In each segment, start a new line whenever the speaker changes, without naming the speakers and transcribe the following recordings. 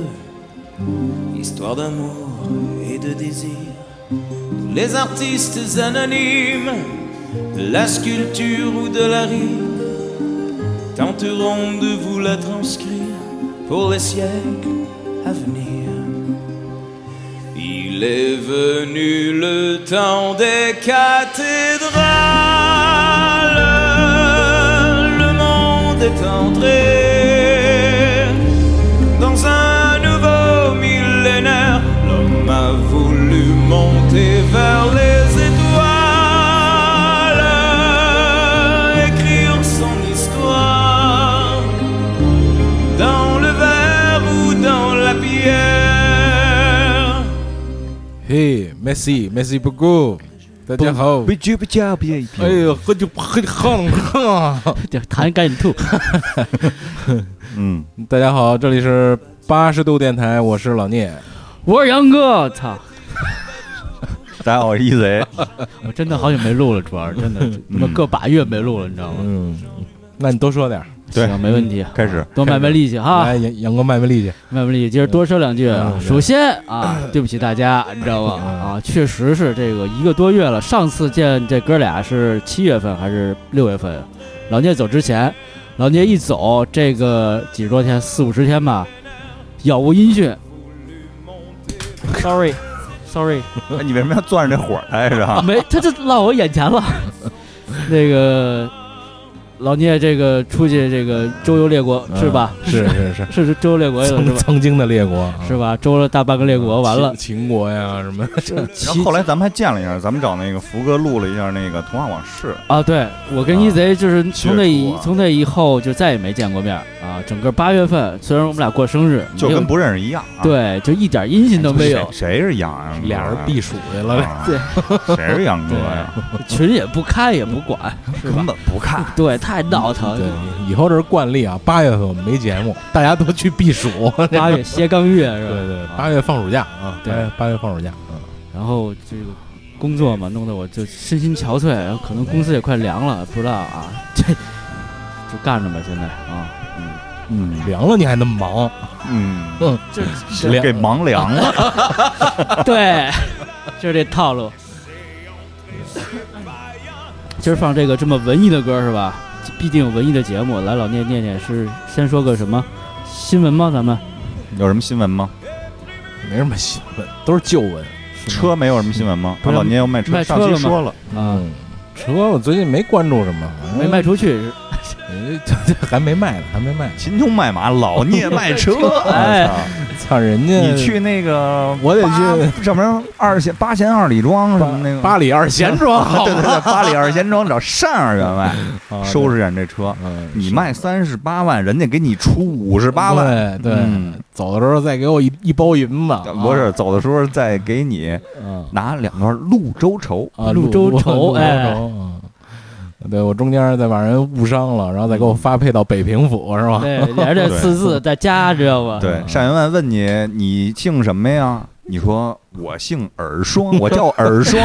482, histoire d'amour et de désir. Tous Les artistes anonymes de la sculpture ou de la rime tenteront de vous la transcrire pour les siècles à venir. Il est venu le temps des cathédrales. Le monde est entré dans un nouveau millénaire. L'homme a voulu monter vers les étoiles, écrire son histoire dans le verre ou dans la pierre.
Hey, merci, merci beaucoup，大家好。
不接不加不愿意
哎呦，喝酒喝哼哼。
就是痰赶紧吐。
嗯，
大家好，这里是八十度电台，我是老聂。
我是杨哥，操！
大家好，我是一贼。 嗯
我真的好久没录了，主 要是真的他妈个把月没录了，你知道吗？
嗯，那你多说点儿，
对嗯
行，没问题。
开始，
多卖卖力气哈
来，，杨杨哥卖卖力气。
卖卖力气，接着多说两句啊。
嗯
首先 啊，对不起大家，你知道吗？啊，确实是这个一个多月
嗯
了。上次见这哥俩是七月份还是六月份？老聂走之前，老聂一走，这个几十多天，四五十天吧，杳无音讯。Sorry，Sorry，
哎 你为什么要攥着这火来
嗯
着？
啊没，他就落我眼 前了。那个老聂，这个出去这个周游列国
嗯
是吧？
是是是，
是周游列国去了是
曾
吧？
曾经的列国啊
是吧？周了大半个列国，完了，
秦秦国呀什么？
这
然
齐
后后来咱们还见了一下，咱们找那个福哥录了一下那个童话往事，
啊！对我跟一贼就是从那
接
以
触啊
从那以后就再也没见过面啊！整个八月份，虽然我们俩过生日，
就
没有
跟不认识一样。啊，
对，就一点音信都没有
谁，谁是杨啊？
俩人避暑去了呗。
啊
对，
谁是杨哥呀？
群也不开也不管，是
哎
吧
根？本不看。
对，太闹腾
对。，以后这是惯例啊，八月份我们没节目，大家都去避暑。
八月斜杠月 是
对
吧？
对，八月放暑假啊，
对
八月八月放暑假。嗯
然后这个工作嘛，弄得我就身心憔悴，然后可能公司也快凉了，不知道啊，这就干着吧，现在啊，嗯，
嗯
凉了你还那么忙，
嗯，
这
凉
给忙凉了。
对，就是这套路。今儿放这个这么文艺的歌是吧？毕竟有文艺的节目，来老聂念念是先说个什么新闻吗？咱们
有什么新闻 吗？
没什么新闻，都是旧闻。
车没有什么新闻吗？
不
他
是
老聂要卖车，
卖车
上期
了吗
说了，
啊、
嗯，车我最近没关注什么，反正
没卖出
嗯
去，
哎这这 还没卖呢，还没卖呢。
秦琼卖马， 老聂卖车。
哎
我操
操，人家
你去那 个，
我得
去什么二贤八贤二里庄什么那个，
八里二贤庄
对对对，八里二贤庄找单二员 外
啊
收。拾点这车。
对嗯，
你卖三十八万，人家给你出五十八万，
对
嗯啊
对，走的时候再给我一一包银子，
不是走的时候再给你
嗯
拿两段潞州绸。
啊，
潞州
潞
绸
潞
哎
州嗯对我中间再把人误伤了，然后再给我发配到北平府
嗯
是吧？
对，连着四字在家知道吧？
对，单员外问你你姓什么呀？你说我姓耳霜，我叫耳霜，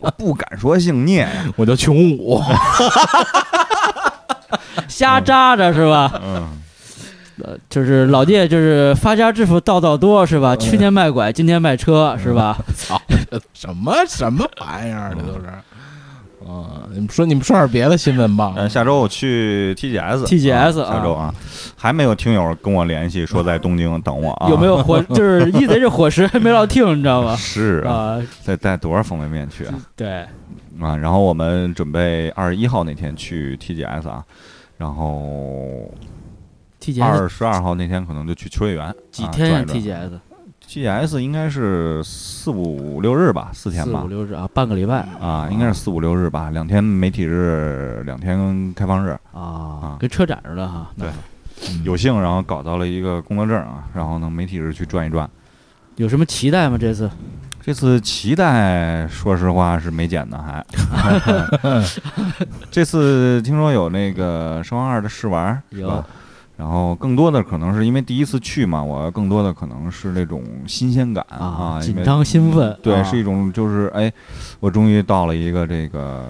我不敢说姓聂呀。
我叫琼武，
瞎扎着是吧？
嗯，
呃，就是老聂，就是发家致富道道多是吧？去年卖拐，今天卖车是吧？
操，这 什么什么玩意儿，这都是。
嗯
啊，你们说你们说点别的新闻吧。
呃，下周我去 TGS。
TGS
啊下周啊，还没有听友跟我联系，说在东京等我啊。
有没有伙？就是一贼这伙食还没落听，你知道 吗？
是啊，
啊，
得带多少方便面去啊？
对，
啊，然后我们准备二十一号那天去 TGS 啊，然后
TGS
二十二号那天可能就去秋叶原。
几天呀
啊转一转
？TGS
TGS 应该是四五六日吧，四天
四
吧
五。六日啊，半个礼拜
啊，应该是四五六日吧，两天媒体日，两天开放日，
啊，跟车展似的哈。
对
那嗯
有幸然后搞到了一个工作证啊，然后呢媒体日去转一转。
有什么期待吗？这次
这次脐带，说实话是没剪的， 还。这次听说有那个《生化二》的试玩，是
有
吧？然后更多的可能是因为第一次去嘛，我更多的可能是那种新鲜感
啊，
因
紧
为
张兴奋，
对，
啊
是一种就是哎，我终于到了一个这个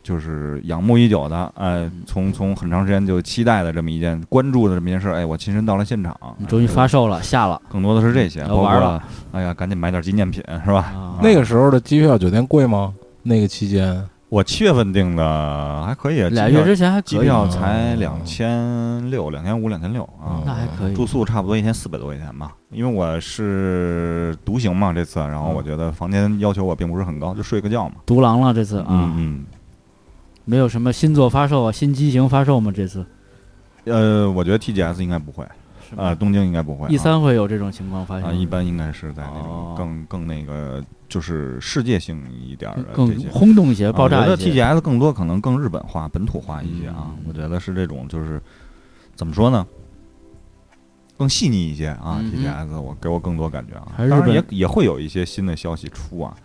就是仰慕已久的，哎，
嗯
从从很长时间就期待的这么一件关注的这么一件事，哎，我亲身到了现场，
你终于发售了，下了
更多的是这些，
呃
包括
玩了，
哎呀，赶紧买点纪念品是吧？
啊！
那个时候的机票酒店贵吗？那个期间
我七月份订的还可以，
俩
机票
月之前还
机
可以，啊
票才两千六、两千五、两千六啊。
那还可以
住。宿差不多一天四百多块钱吧，因为我是独行嘛这次，然
嗯
后我觉得房间要求我并不是很高，就睡个觉嘛。
独狼了这次啊，
嗯
没有什么新作发售啊，新机型发售吗？这次
嗯，呃，我觉得 TGS 应该不会，
是
啊，
吧？
东京应该不会啊。
E 三会有这种情况发
啊，
生，
一般应该是在那种
哦
更更那个就是世界性一点儿的这
更
些。
轰动一些，
啊
爆炸
我觉得
一些。
TGS 更多可能更日本化、本土化一些啊
嗯，
我觉得是这种就是怎么说呢，更细腻一些啊。
嗯
TGS 我给我更多感觉啊，
还是
当然
日
也
本
也会有一些新的消息出啊，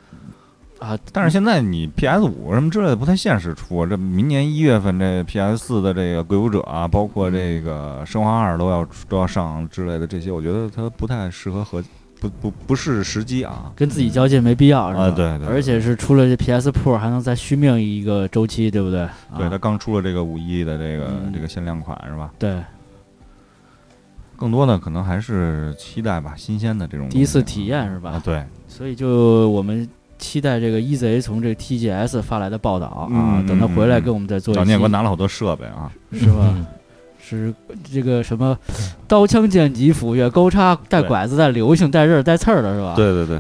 啊，
但是现在你 PS 五什么之类的不太现实出，啊这明年一月份这 PS 四的这个《鬼武者》啊，包括
嗯
这个《生化二》都要都要上之类的这些，我觉得它不太适合合不不不是时机啊。
跟自己较劲没必要是吧
啊对对对
而且是出了这 PS Pro 还能再续命一个周期，对不对？
对，
啊
它刚出了这个五一的这个
嗯
这个限量款是吧？
对，
更多的可能还是期待吧，新鲜的这种
第一次
东西
体验是
啊
吧，？
对，
所以就我们期待这个 EZA 从这个 TGS 发来的报道啊
嗯，
等他回来
嗯
跟我们再做一
老
期
聂给我拿了好多设备啊，
是吧？是这个什么刀枪剑戟斧钺钩叉带
对
拐子带流星带刃带刺儿的是吧？
对对 对，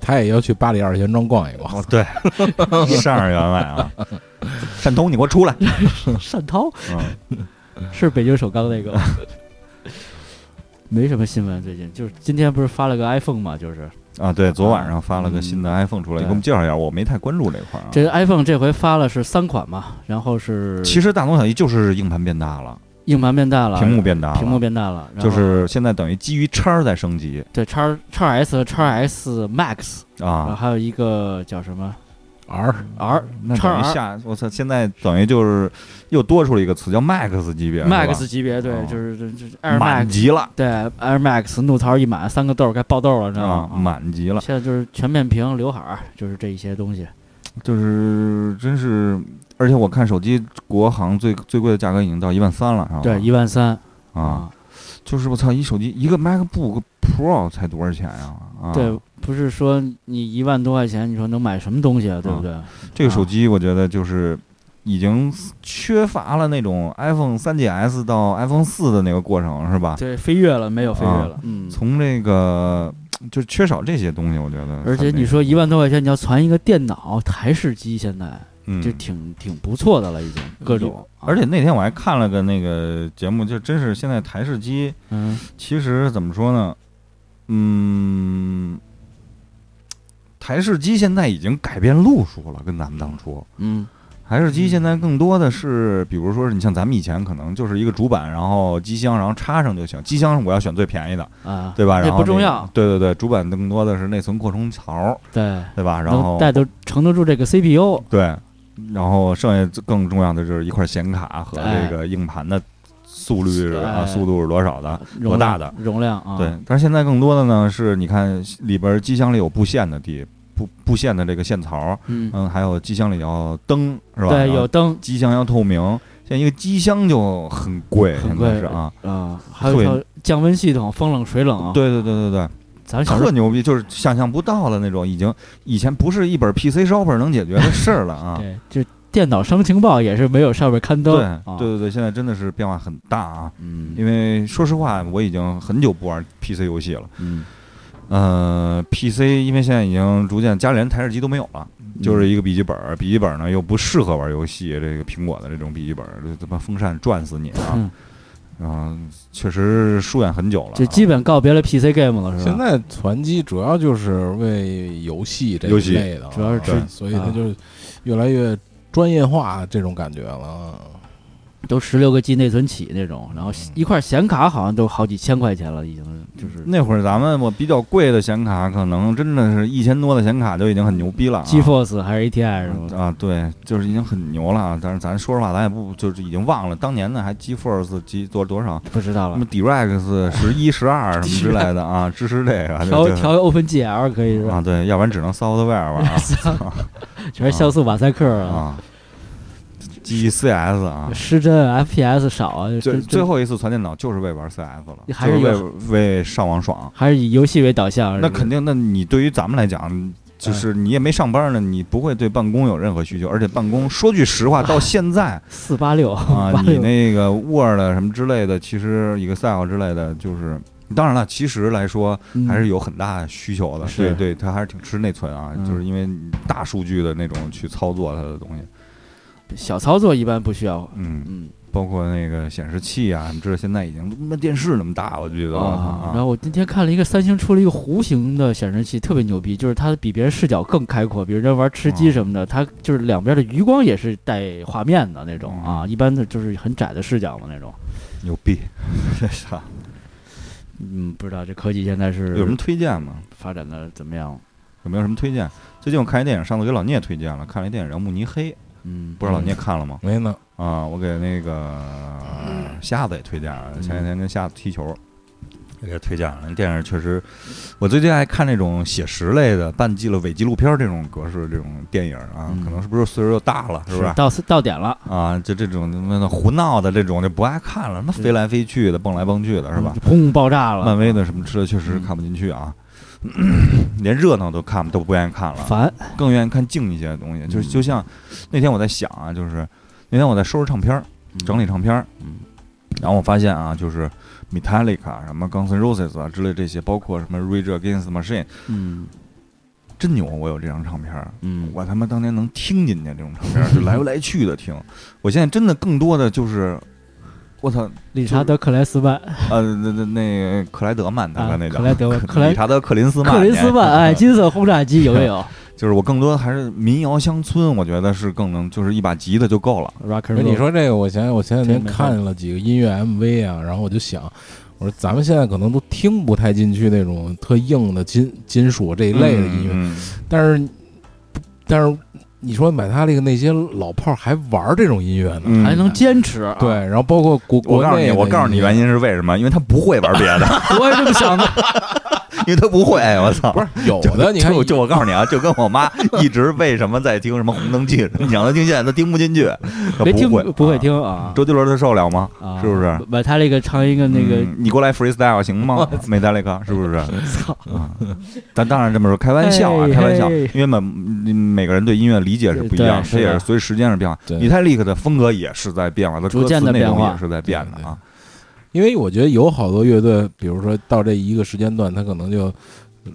他也要去八里二贤庄逛一逛。
哦对，上二员外 啊，山东你给我出来，
单涛
嗯，
是北京首钢那个吗。没什么新闻，最近就是今天不是发了个 iPhone 嘛，就是
啊，对，昨晚上发了个
嗯
新的 iPhone 出来，
对
给我们介绍一下，我没太关注这块儿啊。
这 iPhone 这回发了是三款嘛，然后是
其实大同小异，就是硬盘变大了，
硬盘变大了，
屏幕变大了，
哎屏幕变大了，然后
就是现在等于基于叉儿在升级
对叉叉 S 叉 S Max，然后
啊。
还有一个叫什么
R
R
那
叉
等于
R
下，我操！现在等于就是又多出了一个词叫 Max 级别是吧
Max 级别，对
哦，
就是这这 Air
满
Max，
级了
对 Air Max 怒槽一满，三个豆儿该爆豆了，你知道
啊，
吗？
满级了，
现在就是全面屏、刘海儿，就是这一些东西。
就是真是，而且我看手机国行最最贵的价格已经到一万三了，是吧？
对，一万三
哦啊，，就是我操，一手机一个 MacBook Pro 才多少钱呀？啊，
对，不是说你一万多块钱，你说能买什么东西啊？对不对？
这个手机我觉得就是已经缺乏了那种 iPhone 3GS 到 iPhone 四的那个过程，是吧？
对，飞跃了没有飞跃
啊
了？嗯。
从这个就缺少这些东西，我觉得。
而且你说一万多块钱，你要攒一个电脑台式机，现在
嗯
就挺挺不错的了，已经各种。
而且那天我还看了个那个节目，就真是现在台式机
嗯，
其实怎么说呢，嗯。台式机现在已经改变路数了，跟咱们当初
嗯
台式机现在更多的是，比如说是你像咱们以前可能就是一个主板，然后机箱，然后插上就行。机箱我要选最便宜的，
啊，
对吧？
这
然后
不重
那个
要
对对对，主板更多的是内存扩充槽，
对，
对吧？然
能
后
带得承得住这个 CPU，
对，然后剩下更重要的就是一块显卡和这个硬盘的速率是啊，
哎
速度是多少的？
容量
大的
容量啊？
对，，但是现在更多的呢是，你看里边机箱里有布线的地，布布线的这个线槽，
嗯，
嗯，还有机箱里要灯是吧？啊然
对，
后
有灯
机箱要透明，现在一个机箱就很贵，现
很
在
贵
是啊，
啊，还有一
所
套降温系统，风冷水冷啊。，
对对对对
咱
对，
小时
特
候
牛逼，就是想象不到的那种，已经以前不是一本 PC shopper 能解决的事儿了啊。
对，就电脑商情报也是没有上面刊 登
对
啊。
对对对，现在真的是变化很大啊！
嗯，
因为说实话，我已经很久不玩 PC 游戏了。
嗯，
呃，PC 因为现在已经逐渐家里连台式机都没有了，就是一个笔记本儿，笔记本儿呢又不适合玩游戏，这个苹果的这种笔记本儿，这他妈风扇转死你啊！
嗯
然后确实疏远很久了啊，
就基本告别了 PC game 了，是
现
吧？
在传机主要就是为游戏这
游
一
戏
类的啊，
主要是
对
啊所以它就越来越专业化这种感觉了。
都十六个 G 内存起那种，然后
嗯
一块显卡好像都好几千块钱了，已经是就是
那会儿咱们我比较贵的显卡，可能真的是一千多的显卡就已经很牛逼了、啊。
GeForce 还是 ATI 什么的。
啊，对，就是已经很牛了啊。但是咱说实话，咱也不就是已经忘了当年呢，还 GeForce 几多多少，
不知道
什
了
么，DirectX 十一、十二什么之类的啊，支持这个。嗯
调
对
调 OpenGL 可以是吧？
啊，对，要不然只能 software 玩儿
全是像素马赛克
啊。基于 CS 啊。
失真 FPS 少啊，
最
真
最
真
后一次传电脑就是为玩 CS 了，
还是
就
有
为为上网爽。
还是以哎游戏为导向。
那肯定，那你对于咱们来讲，就是你也没上班呢，你不会对办公有任何需求，而且办公说句实话，到现 在
四八六
啊，
八
你
六
那个 Word 啊什么之类的，其实 Excel 之类的，就是当然了，其实来说还是有很大需求的，
嗯是
对对，它还是挺吃内存啊，
嗯
就是因为你大数据的那种去操作它的东西，
小操作一般不需要。
嗯，
嗯
包括那个显示器啊，你知道现在已经那电视那么大，我觉得啊我操
啊然后我今天看了一个三星出了一个弧形的显示器，特别牛逼，就是它比别人视角更开阔。比如人玩吃鸡什么
嗯
的，它就是两边的余光也是带画面的那
嗯
种啊，一般的就是很窄的视角嘛那种。
牛逼，这啥？
嗯，不知道这科技现在是
有什么推荐吗？
发展的怎么样？
有没有什么推荐？最近我看一电影，上次给老聂推荐了，看了一电影叫《慕尼黑》，
嗯，
不知道老聂看了吗？
没呢，
啊，我给那个啊瞎子也推荐了，前两天跟瞎子踢球，也给推荐了。那电影确实，我最近爱看那种写实类的、半记了伪纪录片这种格式这种电影啊，
嗯
可能是不是岁数又大了，是不是？
到到点了，
啊，就这种他妈的胡闹的这种就不爱看了，那飞来飞去的、蹦来蹦去的，是吧？
嗯砰，爆炸了，
漫威的什么吃的确实看不进去啊， 连热闹都看都不愿意看了，
烦。
更愿意看静一些的东西。
嗯
就是就像那天我在想啊，就是那天我在收拾唱片儿，整理唱片儿，
嗯
然后我发现啊，就是 Metallica 什么 Guns N' Roses 啊之类这些，包括什么 Rage Against the Machine，
嗯
真牛！我有这张唱片儿，
嗯，
我他妈当年能听进去这种唱 片儿，就来回来去的听。我现在真的更多的就是。我操，
理查德克莱斯曼
呃，那那那克莱德曼大哥
啊
那叫
克莱德克莱
理查德 克林斯曼，
克林斯 曼，哎，
嗯
金色轰炸机有没有
就是我更多的还是民谣乡村，我觉得是更能就是一把吉他就够了。
？Rock
哎
and
你
roll，
说这个，我前我前两天
这没法
看了几个音乐 MV 啊，然后我就想，我说咱们现在可能都听不太进去那种特硬的金金属这一类的音乐，
嗯，
但是但是你说买他那个那些老炮儿还玩这种音乐呢，
嗯
还能坚持啊，
对，然后包括国
我
国
告诉
内
你，
的
我告诉你原
音
因是为什么？因为他不会玩别 的，
我也这么想的。
因为他不会。我操，
乐，不是有
啊 就
的，你看
就就我告诉你啊，就跟我 妈一直为什么在听什么红灯记，你让她听现在她听不进去，她
别听
会
不
不
会。听啊，
周杰伦他受得了吗？
啊
是不是？
把他那个唱一个那个，
嗯你给我来 freestyle 行吗？美达雷克是不是？
操，
啊，但当然这么说，开玩笑啊，
嘿
开玩笑，
嘿
因为每每个人对音乐理解是不一样，它也
对是
是
的
随着时间的变化。
对
以太利克的风格也是在变化，它
逐渐地
内容
变化
也是在变的啊。
因为我觉得有好多乐队，比如说到这一个时间段，他可能就嗯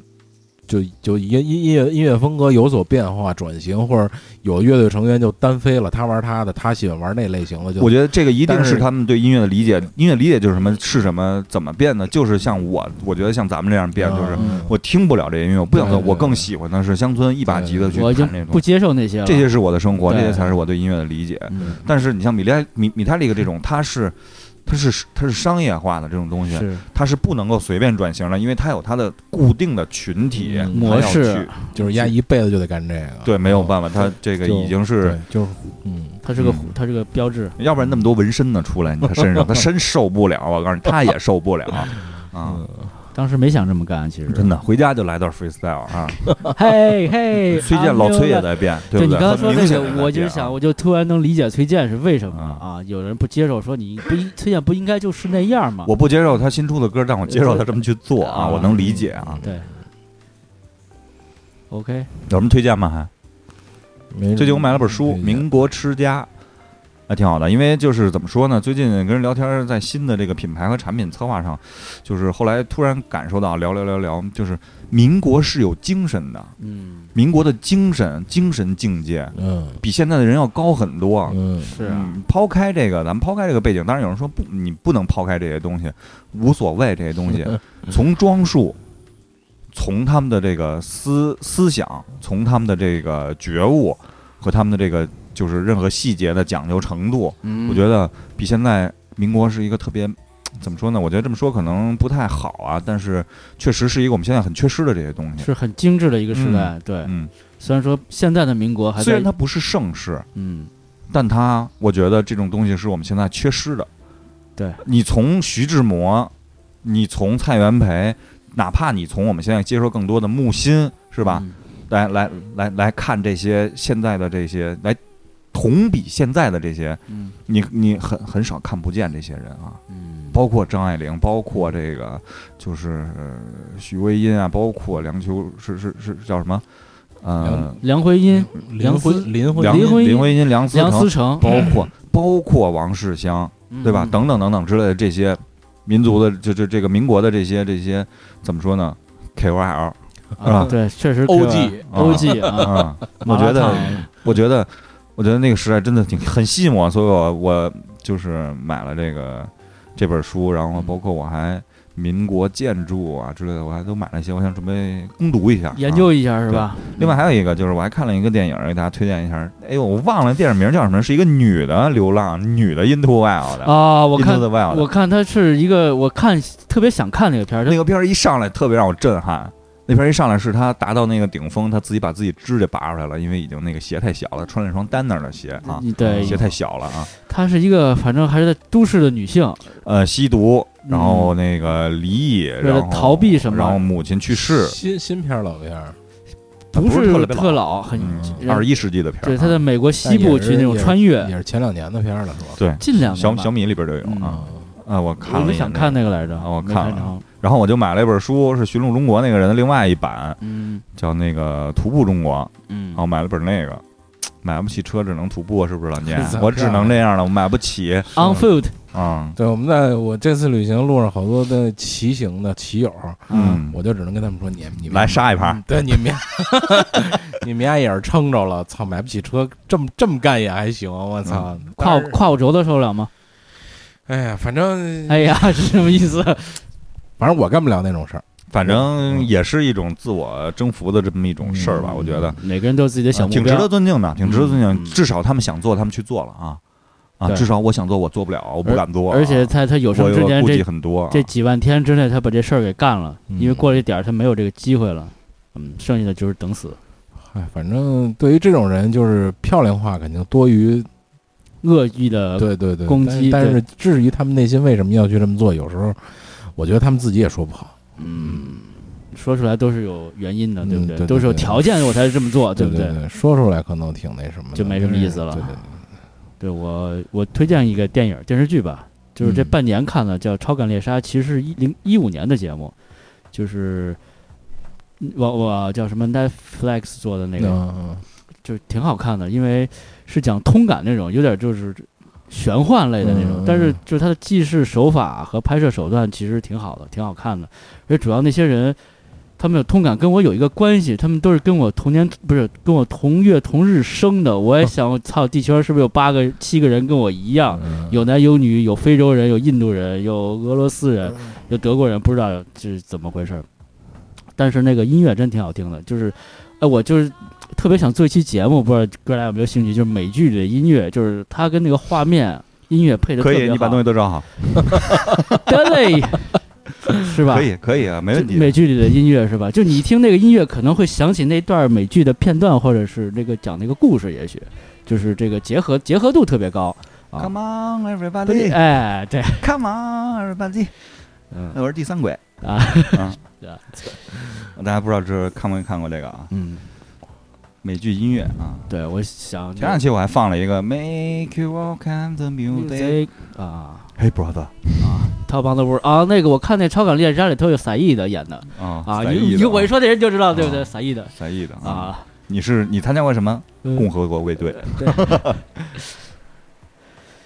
就就音音音乐音乐风格有所变化、转型，或者有的乐队成员就单飞了，他玩他的，他喜欢玩那类型的，就
我觉得这个一定
但是
是他们对音乐的理解，音乐理解就是什么是什么，怎么变的，就是像我，我觉得像咱们这样变，就是
啊
嗯
我听不了这音乐，我不想
对
做，
对
我
对
更喜欢的是乡村一把吉的去
我已经
弹这
不
种。
接受那些了。
这些是我的生活，这
对
些才是我对音乐的理解。
嗯
但是你像米莱米米泰利克这种，它是它是它是商业化的这种东西，
是
它是不能够随便转型的，因为它有它的固定的群体
嗯
它要
模式
去，
就是压一辈子就得干这个，
对，没有办法，它这个
就
已经
对
是，，
就是嗯，
它是个
嗯
它是个标志。
要不然那么多纹身呢出来，你他身 上，他身受不了，我告诉你，他也受 不了啊！
当时没想这么干，其实
真的，回家就来段 freestyle 啊！
嘿 嘿，
崔健，
I'm
老崔
new
也
lad
在变，
对
不
你
对？
刚才
他
说
明
那
显地在
个，我就
变
是想，
啊，
我就突然能理解崔健是为什么
啊
啊？有人不接受，说你不一崔健不应该就是那样吗？
我不接受他新出的歌，但我接受他这么去做啊，
啊
我能理解啊。
对，OK，
有什么推荐吗？还？
没
最近我买了本书《
没
民国吃家》，还挺好的。因为就是怎么说呢，最近跟人聊天，在新的这个品牌和产品策划上，就是后来突然感受到，聊聊聊聊，就是民国是有精神的，
嗯，
民国的精神精神境界
嗯
比现在的人要高很多。
嗯
是啊，
嗯，抛开这个，咱们抛开这个背景，当然有人说不，你不能抛开这些东西，无所谓这些东 西。从装束，从他们的这个思思想，从他们的这个觉悟和他们的这个就是任何细节的讲究程度，
嗯
我觉得比现在民国是一个特别。怎么说呢？我觉得这么说可能不太好啊，但是确实是一个我们现在很缺失的这些东西。
是很精致的一个时代。对，
嗯，
虽然说现在的民国还
虽
在
然它，不是盛世，
嗯，
但它，我觉得这种东西是我们现在缺失的。
对，
你从徐志摩，你从蔡元培，哪怕你从我们现在接受更多的木心，是
是
吧？？来来来来看这些现在的这些，来同比现在的这些，
嗯
你你很很少看不见这些人啊，
嗯，
包括张爱玲，包括这个就是呃许巍因啊，包括梁秋是是是叫什么？呃，
梁回音、
林
思
魂林
梁
魂
林徽因
林徽因、梁思
梁
成
思，成，
包括包括王世襄，对吧？
嗯
等等等等之类的这些民族的，就就这个民国的这些这些怎么说呢？KOL
啊，
啊
对，确实
OG
啊
OG 啊，
啊，我觉
麻辣
得
烫
我觉得，我觉得那个时代真的挺很吸引我，所以我我就是买了这个这本书，然
嗯
后包括我还民国建筑啊之类的，我还都买了一些，我想准备攻读一下，
研
啊
究一下是吧？
另外还有一个就是，我还看了一个电影，给大家推荐一下。哎呦，我忘了电影名叫什么，是一个女的流浪，女的 into wild 的
啊，我
i n
看
t o the wild
我
的
看他是一个，我看特别想看那个片儿，
那个片儿一上来特别让我震撼。那片儿一上来是她达到那个顶峰，她自己把自己指甲拔出来了，因为已经那个鞋太小了，穿了一双单那儿的鞋啊，
对
鞋太小了啊。
她是一个，反正还是在都市的女性，
呃，吸毒，
嗯
然后那个离异，
为
然
了
后
逃避什么
然后母亲去世，
新新片儿老片儿，
不
不是特别老
特老，很
嗯，
然
二
后
十一世纪的片儿啊，
对她在美国西部去那种穿越，
也是前两年的片儿了，是吧？
对
近两年
小
吧
小米里边就有啊
嗯。
啊，我看
我
了
就
一眼
想
那
看
个
那个来着，
啊我
没
看
看
了
成，
然后我就买了一本书，是《寻路中国》那个人的另外一版，
嗯
叫那个《徒步中国》，
嗯
然
哦
后买了本那个。买不起车，只能徒步，啊是不是老 年
咋？
我只能
啊
这样了，我买不起
，On Foot，
啊。
对，我们在我这次旅行路上，好多的骑行的骑友，
嗯，
我就只能跟他们说，你你们嗯
来杀一
嗯
盘，
对，你们 家你们家也是撑着了，操，买不起车，这么这么干也还行，我操，
跨
当
我
时
跨我轴的受得了吗？
哎呀，反正
哎呀，是什么意思？
反正我干不了那种事儿，
反
嗯
正也是一种自我征服的这么一种事儿吧。我觉得
每个人都有自己的小
啊
嗯目
挺值
标
得，尊敬的，挺值得尊
嗯嗯
敬。至少他们想做，他们去做了啊啊！
对
至少我想做，我做不了，我不敢做啊。
而且他他有
我
生之
我
年
顾
这
忌很多啊。
这几万天之内，他把这事儿给干了，
嗯
因为过了这点儿，他没有这个机会了。嗯，剩下的就是等死，
哎，反正对于这种人，就是漂亮话肯定多于
恶意的
对对对
攻
但
击
但
对
是至于他们内心为什么要去这么做，有时候我觉得他们自己也说不好，
说出来都是有原因的，对不
嗯对对
都是有
对
条件的我才这么做，
对
不
对？说出来可能挺那什么的，
就没什么意思了
对对对
对我我推荐一个电影电视剧吧，就是这
嗯
半年看的叫《超感猎杀》，其实是一零一五年的节目，就是嗯我我叫什么 Netflix 做的那个，
嗯
就挺好看的，因为是讲通感那种，有点就是玄幻类的那种，
嗯
但是就是它的纪实手法和拍摄手段其实挺好的，挺好看的。而主要那些人，他们有通感，跟我有一个关系，他们都是跟我同年，不是跟我同月同日生的。我也想，操，地球上是不是有八个、七个人跟我一样？
嗯
有男有女，有非洲人，有印度人，有俄罗斯人，
嗯
有德国人，不知道这是怎么回事儿。但是那个音乐真挺好听的，就是，哎，我就是特别想做一期节目，不知道哥俩有没有兴趣？就是美剧里的音乐，就是它跟那个画面音乐配的特
可
别好。
以，你把东西都找好，
对， 是吧？
可以，可以啊，没问
就美
题。
剧里的音乐是吧？就你一听那个音乐，可能会想起那段美剧的片段，或者是那个讲那个故事，也许就是这个结合结合度特别高。啊
Come on,
不是
everybody!
哎，对，
Come on, everybody!
嗯
那我是第三鬼
啊
啊
啊！
大家不知道这看没看过这个啊？
嗯，
美剧音乐啊。
对，我想
前两期我还放了一个 Make You All Kind of Music。哎
music 啊
Hey brother！
啊，超棒的不是啊，那个我看那《超感猎杀》里头有撒意的演的
啊
啊，
撒
你
意
你
的
我一说那人就知道对不对？
啊
撒意的
撒意的啊！
啊，
你是你参加过什么
嗯
共和国卫队？
对，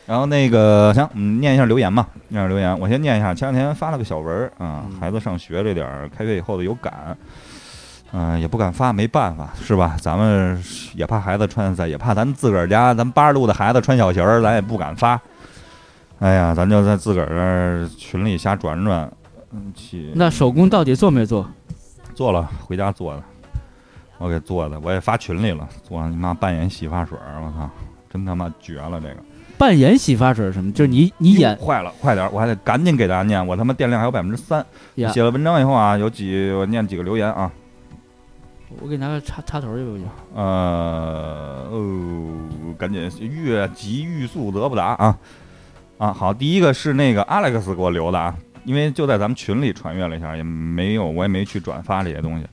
然后那个行，嗯，念一下留言吧，念一下留言。我先念一下，前两天发了个小文儿啊
嗯，
孩子上学这点儿，开学以后的有感，嗯、也不敢发，没办法，是吧？咱们也怕孩子穿在，也怕咱自个儿家咱八十度的孩子穿小鞋儿，咱也不敢发。哎呀，咱就在自个儿这儿群里瞎转转，嗯，去
那手工到底做没做？
做了，回家做的，我给做的，我也发群里了，做你妈扮演洗发水儿，我操，真他妈绝了这个。
扮演洗发水什么？就是你你演
哟坏了，快点儿，我还得赶紧给大家念，我他妈电量还有百分之三。
呀
写了文章以后啊，有几我念几个留言啊，
我给你拿个插插头儿去吧，我就
呃，哦，赶紧越急欲速则不达啊啊！好，第一个是那个 Alex 给我留的啊，因为就在咱们群里传阅了一下，也没有我也没去转发这些东西。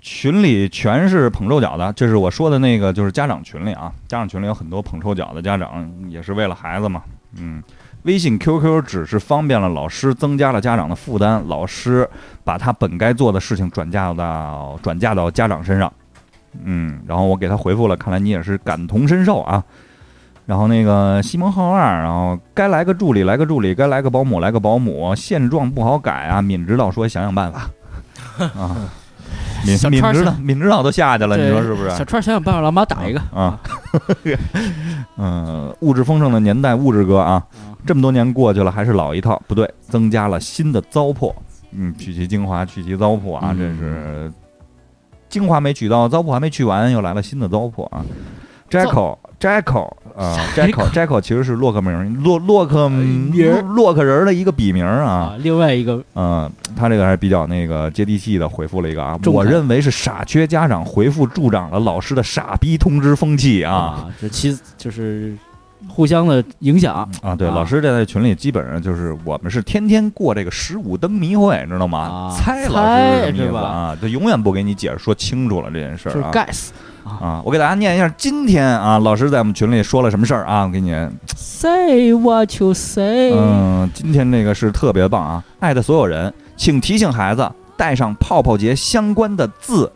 群里全是捧臭脚的，这是我说的那个，就是家长群里啊，家长群里有很多捧臭脚的家长，也是为了孩子嘛，嗯。微信、QQ 只是方便了老师，增加了家长的负担，老师把他本该做的事情转嫁到转嫁到家长身上，嗯，然后我给他回复了，看来你也是感同身受啊。然后那个西蒙浩二，然后该来个助理来个助理，该来个保姆来个保姆，现状不好改啊。敏指导说想想办法啊，敏
小
敏
川
指
是
导敏指导都下去了，你
对
说是不是？
小川想想办法，老马打一个
啊， 嗯，物质丰盛的年代，物质哥啊，
嗯
这么多年过去了，还是老一套，不对，增加了新的糟粕。嗯，取其精华，去其糟粕啊，
嗯
这是精华没取到，糟粕还没去完，又来了新的糟粕啊。Jacko Jacko 啊，Jacko Jacko 其实是洛克名，洛洛克嗯
哎名
洛洛克人儿的一个笔名啊。
啊。另外一个
嗯，他这个还是比较那个接地气的回复了一个啊，
中肯
我认为是傻缺家长回复助长了老师的傻逼通知风气啊。
啊，这其就是互相的影响。
啊，对，
啊
老师这在群里基本上就是我们是天天过这个十五灯谜会，知道吗？
啊
猜老师什么
猜
意
是
思
吧
啊？他永远不给你解释说清楚了这件事
就是
儿啊。
该死，
啊，我给大家念一下今天啊，老师在我们群里说了什么事儿啊？我给你，
Say what you say，、
嗯，今天这个是特别棒啊！爱的所有人，请提醒孩子带上泡泡节相关的字，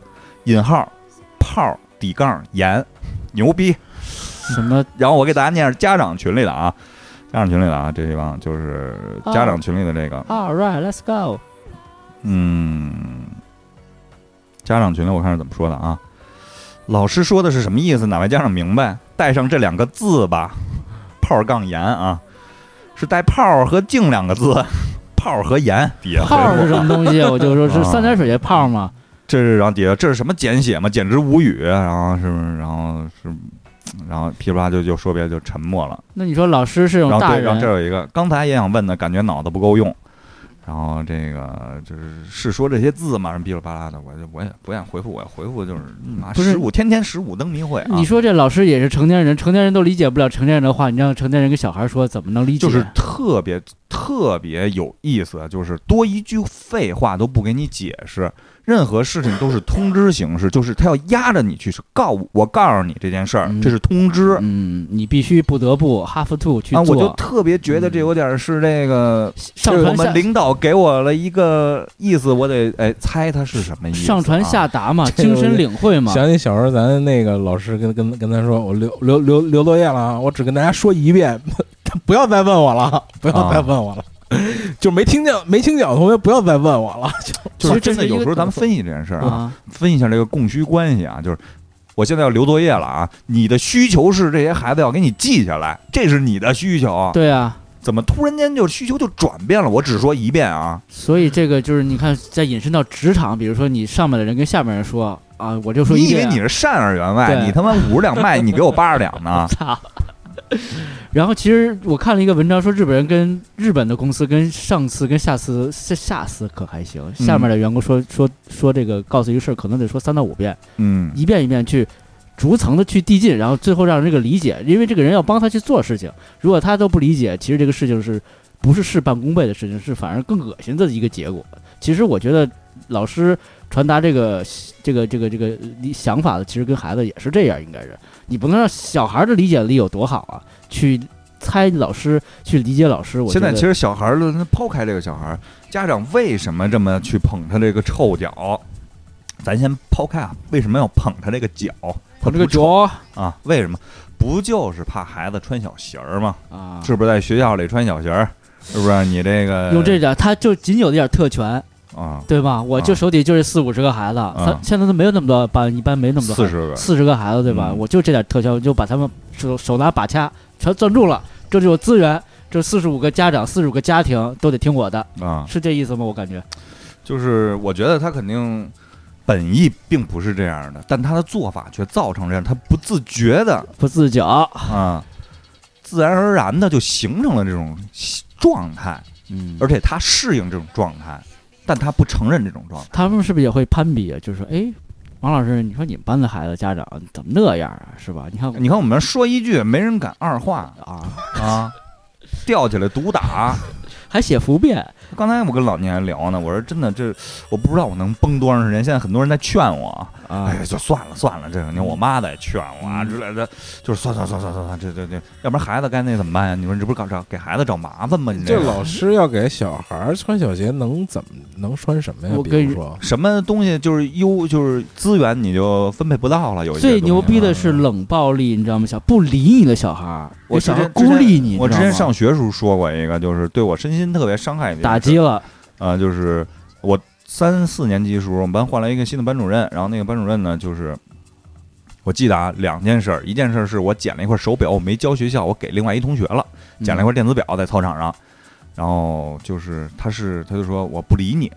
引号，泡底杠盐，牛逼。
什么
然后我给大家念一下家长群里的啊，家长群里的啊，这地方就是家长群里的这个，
All right, let's go。
嗯，家长群里我看是怎么说的啊？老师说的是什么意思？哪位家长明白？带上这两个字吧，炮杠盐啊，是带炮和静两个字，炮和盐底下回复
泡是什么东西？我就说
啊
是三点水这泡吗？
这是然后底下这是什么简写嘛？简直无语。啊然后是不是？然后是，然后噼里啪啦就就说别的就沉默了。
那你说老师是种
然后
嗯大
对，然后这
人，
有一个，刚才也想问的，感觉脑子不够用。然后这个就是是说这些字嘛，什么噼里啪啦的，我就我也不愿意回复，我要回复就是妈
嗯不是
十五天天十五灯谜会啊
你，说这老师也是成年人，成年人都理解不了成年人的话，你让成年人跟小孩说，怎么能理解？
就是特别特别有意思，就是多一句废话都不给你解释，任何事情都是通知形式，就是他要压着你去告我告诉你这件事儿，
嗯
这是通知，
嗯，你必须不得不 have to 去
啊，我就
做。嗯
特别觉得这有点是这个
上
就是我
传
们
下
领导给我了一个意思，我得哎猜他是什么意思、啊
上传下，达嘛，
这个
精神领会嘛。
想起小时候咱那个老师跟跟跟咱说，我留留留留作业了啊，我只跟大家说一遍， 不要再问我了，不要再问我了，
啊
就没听见没听见的同学不要再问我 了，
就
其
是
实这
真的
是一
有
个
时候咱们分析这件事儿啊，
啊，
分析一下这个供需关系啊，就是。我现在要留作业了啊！你的需求是这些孩子要给你记下来，这是你的需求。
对啊，
怎么突然间就需求就转变了？我只说一遍啊，
所以这个就是你看，再引申到职场，比如说你上面的人跟下面人说啊，我就说
你
一
以为
遍啊，
你是善而员外，
对
你他妈五十两卖，你给我八十两 呢？
操。然后其实我看了一个文章，说日本人跟日本的公司跟上司跟下司下下司可还行，下面的员工说、说说这个告诉一个事儿，可能得说三到五遍，
嗯，
一遍一遍去逐层的去递进，然后最后让这个理解，因为这个人要帮他去做事情，如果他都不理解，其实这个事情是不是事半功倍的事情，是反而更恶心的一个结果。其实我觉得老师传达这个这个这个这个理想法的，其实跟孩子也是这样，应该是你不能让小孩的理解力有多好啊，去猜老师，去理解老师。我觉
现在
得
其实小孩儿论抛开这个小孩儿，家长为什么这么去捧他这个臭脚？咱先抛开啊，为什么要捧他这个脚？
捧这个
他不臭
脚
啊？为什么？不就是怕孩子穿小鞋儿吗？
啊，
是不是在学校里穿小鞋儿？是不是你这个
用这点，他就仅有的点特权，
啊？
对吧？我就手底就是四五十个孩子，他现在都没有那么多班，一般没那么多孩
四
子
十个
四十个孩子，对吧？
嗯
我就这点特权，我就把他们手手拿把掐全攥住了，这就是我资源。这四十五个家长，四十五个家庭都得听我的，
啊，
是这意思吗？我感觉
就是我觉得他肯定本意并不是这样的，但他的做法却造成这样，他不自觉的
不自觉。
啊，自然而然的就形成了这种状态。
嗯，
而且他适应这种状态，但他不承认这种状态。
他们是不是也会攀比啊？就是说，哎，王老师，你说你们班的孩子家长怎么那样啊？是吧？你看我
你看，我们说一句，没人敢二话
啊，
啊，吊起来毒打，
还写伏遍，
刚才我跟老聂还聊呢，我说真的，这我不知道我能崩多长时间。现在很多人在劝我，
啊
哎，呀，就算了算了，这两年我妈在劝我
嗯
啊之类的，就是算算算算算算，这这这，要不然孩子该那怎么办呀？你说你这不是搞找给孩子找麻烦吗？你
这
个
老师要给小孩儿穿小鞋，能怎么能穿什么呀？
我
比
跟
如说，
什么东西就是优就是资源你就分配不到了，有一些
最牛
东西
逼的是冷暴力，你知道吗？小不理你的小孩儿，
我
给小
之
孩儿
前
孤立你，
我
你
之
知道
前
吗
上学时候说过一个，就是对我身心特别伤害的一件事
打击了，
啊，就是我三四年级的时候，我们班换了一个新的班主任，然后那个班主任呢，就是我记得啊，两件事儿，一件事儿是我捡了一块手表，我没交学校，我给另外一同学了，
嗯
捡了一块电子表在操场上，然后就是他是他就说我不理你，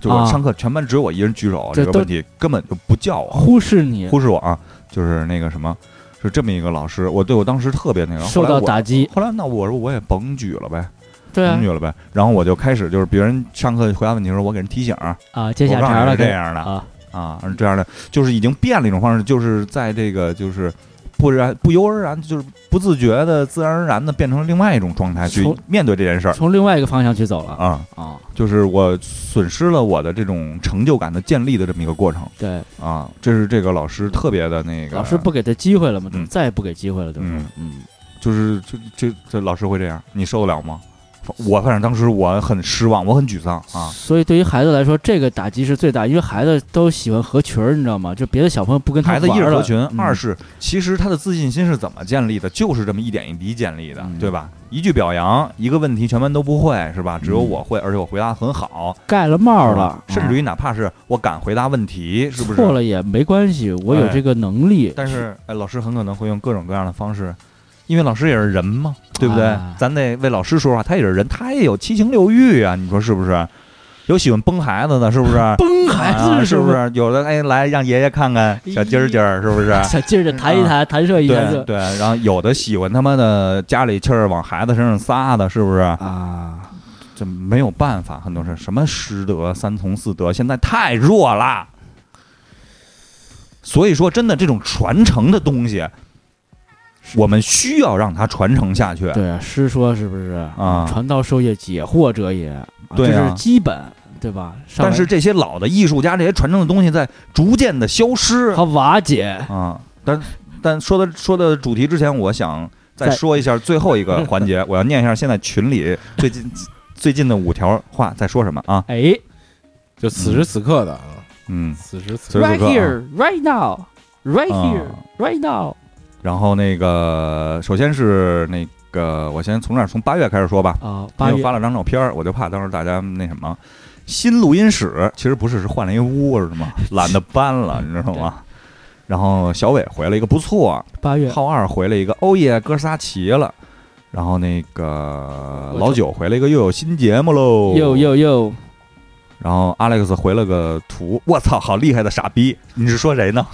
就我
啊
上课全班只有我一人举手，
这
这个
都
问题根本就不叫我，
嗯忽视你，
忽视我啊，就是那个什么。是这么一个老师，我对我当时特别那个，
受
后来
到
我
打击。
后来那我说我也甭举了呗，
对啊
甭举了呗。然后我就开始就是别人上课回答问题的时候，我给人提醒，
啊，接
我
下
告诉
茬
你
了，
是这
该
样的
啊，
啊，是这样的，就是已经变了一种方式，就是在这个就是不然不由而然，就是不自觉的自然而然的变成另外一种状态去
从
面对这件事儿
从另外一个方向去走了
啊，
啊，
就是我损失了我的这种成就感的建立的这么一个过程
对，
啊，这是这个老师特别的那个
老师不给他机会了嘛，就
嗯
再也不给机会了，就是
嗯
嗯，
就是就这这老师会这样，你受得了吗？我反正当时我很失望，我很沮丧啊。
所以对于孩子来说，这个打击是最大，因为孩子都喜欢合群儿，你知道吗？就别的小朋友不跟他
孩子一
玩
是
儿了
合群，
嗯
二是其实他的自信心是怎么建立的，就是这么一点一滴建立的，
嗯
对吧？一句表扬，一个问题全班都不会，是吧？只有我会，而且我回答得很好，
盖了帽儿了，
啊甚至于哪怕是我敢回答问题，是不
错
是？
了也没关系，我有
哎
这个能力，
但是哎，老师很可能会用各种各样的方式。因为老师也是人嘛，对不对？
啊
咱得为老师说话，他也是人，他也有七情六欲啊，你说是不是？有喜欢崩孩子的，是不是？
崩孩
啊
子
是
什
不
么？
是？有的哎，来让爷爷看看小鸡儿鸡儿，是不是？
哎 小劲儿的弹一弹，弹射一下
啊对
就
对，然后有的喜欢他妈的家里气儿往孩子身上撒的，是不是？
啊，
这没有办法，很多事儿什么师德、三从四德，现在太弱了。所以说，真的这种传承的东西，我们需要让它传承下去。
对啊，师说是不是
啊
传道授业，解惑者也，啊
对啊
这是基本，对吧？上来
但是这些老的艺术家这些传承的东西在逐渐的消失
和瓦解，
啊。但但说的说的主题之前，我想再
再
说一下最后一个环 节，我要念一下现在群里最近最近的五条话在说什么啊？
哎
就此时此刻的啊，
嗯，
此时此
此时此
，right
刻啊
here, right now, right
啊
here, right now，
然后那个，首先是那个，我先从这儿从八月开始说吧。
啊，
因
八
为我
月
发了张照片儿，我就怕当时大家那什么。新录音室其实不是，是换了一屋，是 吗？懒得搬了，你知道吗？然后小伟回了一个不错，
八月，
浩二回了一个哦耶，哥仨齐了。然后那个
我
老九回了一个又有新节目喽，
又 又又
然后 Alex 回了个图，我操，好厉害的傻逼！你是说谁 呢？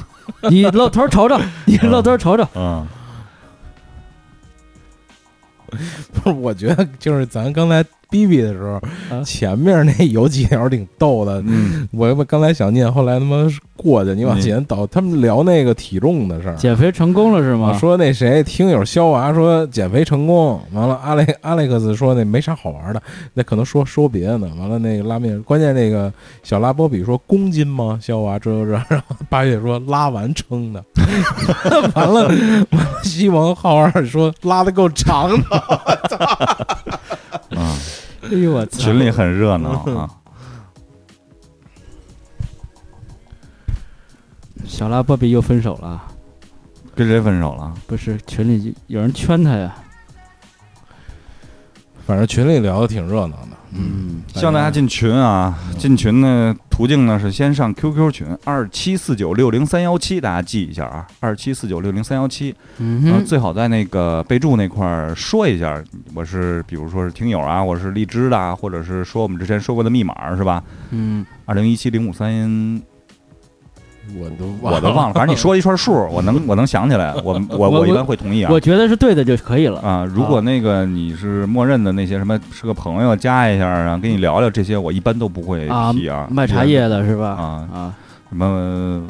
你露头瞅瞅，你露头瞅瞅，
嗯，
不是，我觉得就是咱刚才逼逼的时候，
啊
前面那有几条挺逗的，
嗯，
我我刚才想念，后来他妈是过去，你
嗯
往
你
前倒，他们聊那个体重的事儿。
减肥成功了是
啊
吗？
说那谁听友肖娃说减肥成功，完了阿雷阿雷克斯说那没啥好玩的，那可能说说别的呢。完了那个拉面，关键那个小拉波比说公斤吗？肖娃这这，然后八月说拉完称的， 完了完了西蒙浩二说拉的够长的，
嗯
哎呦我操，
群里很热闹啊。
小拉波比又分手了，
跟谁分手了？
不是群里有人圈他呀，
反正群里聊的挺热闹的。
嗯，
希望大家进群啊！进群的途径呢是先上 QQ 群二七四九六零三幺七，大家记一下啊，二七四九六零三幺七。
嗯
然后
哼，
最好在那个备注那块儿说一下，我是比如说是听友啊，我是荔枝的啊，或者是说我们之前说过的密码是吧？
嗯，
二零一七零五三，
我都
我都 忘了，反正你说一串数，我能我能想起来，我我
嗯我
我一般会同意啊。
我觉得是对的就可以了，
啊，如果那个你是默认的那些什么是个朋友加一下啊，跟你聊聊这些，我一般都不会
啊
提啊。
卖茶叶的是吧？
啊
啊，
什么？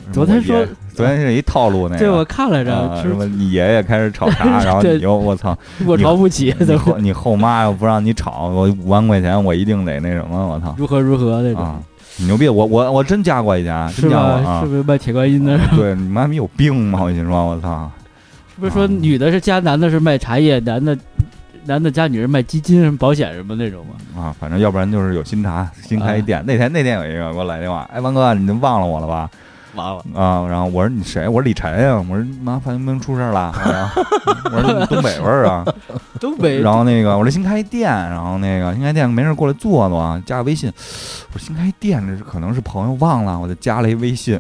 什么
昨天
我爷
说
昨天是一套路那个，
对我看来
啊
着，
什
是
么你爷爷开始炒茶， 然后
对
你又我操，
我
你
瞧不起，
你
怎么
后你后妈要不让你炒，我五万块钱我一定得那什么，我操
如何如何那种，
啊！牛逼，我我我真加过一家，
是
真加过
吧？
啊
是！不是卖铁观音的？
对你妈逼有病吗？我跟你说，我操！
是不是
啊
说女的是加男的是卖茶叶，男的男的加女人卖基金什么保险什么那种吗？
啊，反正要不然就是有新茶，新开
啊
一店。那天那天有一个给我来电话，哎，王哥，你忘了我了吧？
完了，
啊，然后我说你谁？我说李晨呀、我说妈，范冰冰出事儿了。啊然后 我说你东北味儿啊。
东北
然后那个我说新开一店，然后那个新开店没事过来坐坐啊，加个微信。我说新开一店，这是可能是朋友忘了，我就加了一微信。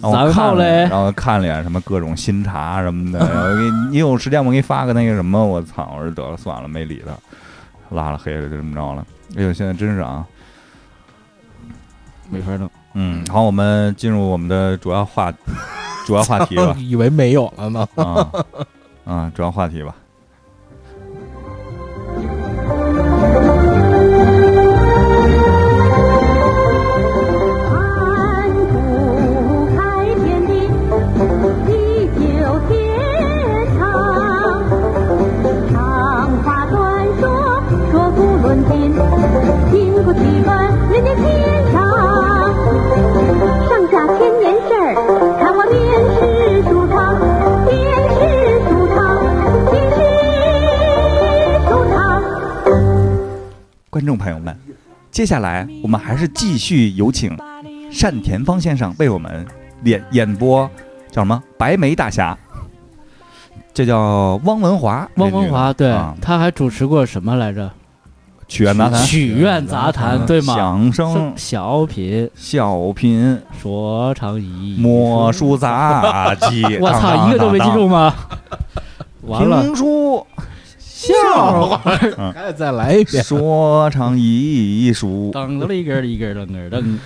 然后
然
我
后
看了
嘞
然，后看了眼什么各种新茶什么的，然后给你你有时间我给你发个那个什么，我操！我说得了算了，没理他，拉了黑了就这么着了。哎呦，现在真是啊，
没法弄。
嗯，好，我们进入我们的主要话主要话题 吧，
以为没有了 呢。
啊啊，主要话题吧。
盘古开天地，地久天长。长话短说，说古论今，经过几番人间天上。上下千年事儿，看我编史书长，编史书长，编史书长。
观众朋友们，接下来我们还是继续有请单田芳先生为我们演演播，叫什么《白眉大侠》，这叫汪文华，
汪文华对
啊，
他还主持过什么来着？
曲苑杂谈，
曲苑杂谈对吗？
相声、
小品、
小品、
说唱一
魔术杂技，
我操，一个都没记住吗？ 完
当。当当
了，
评书、
笑话，
还得再来一遍，
说唱艺术，
噔了一根儿一根儿噔根儿噔。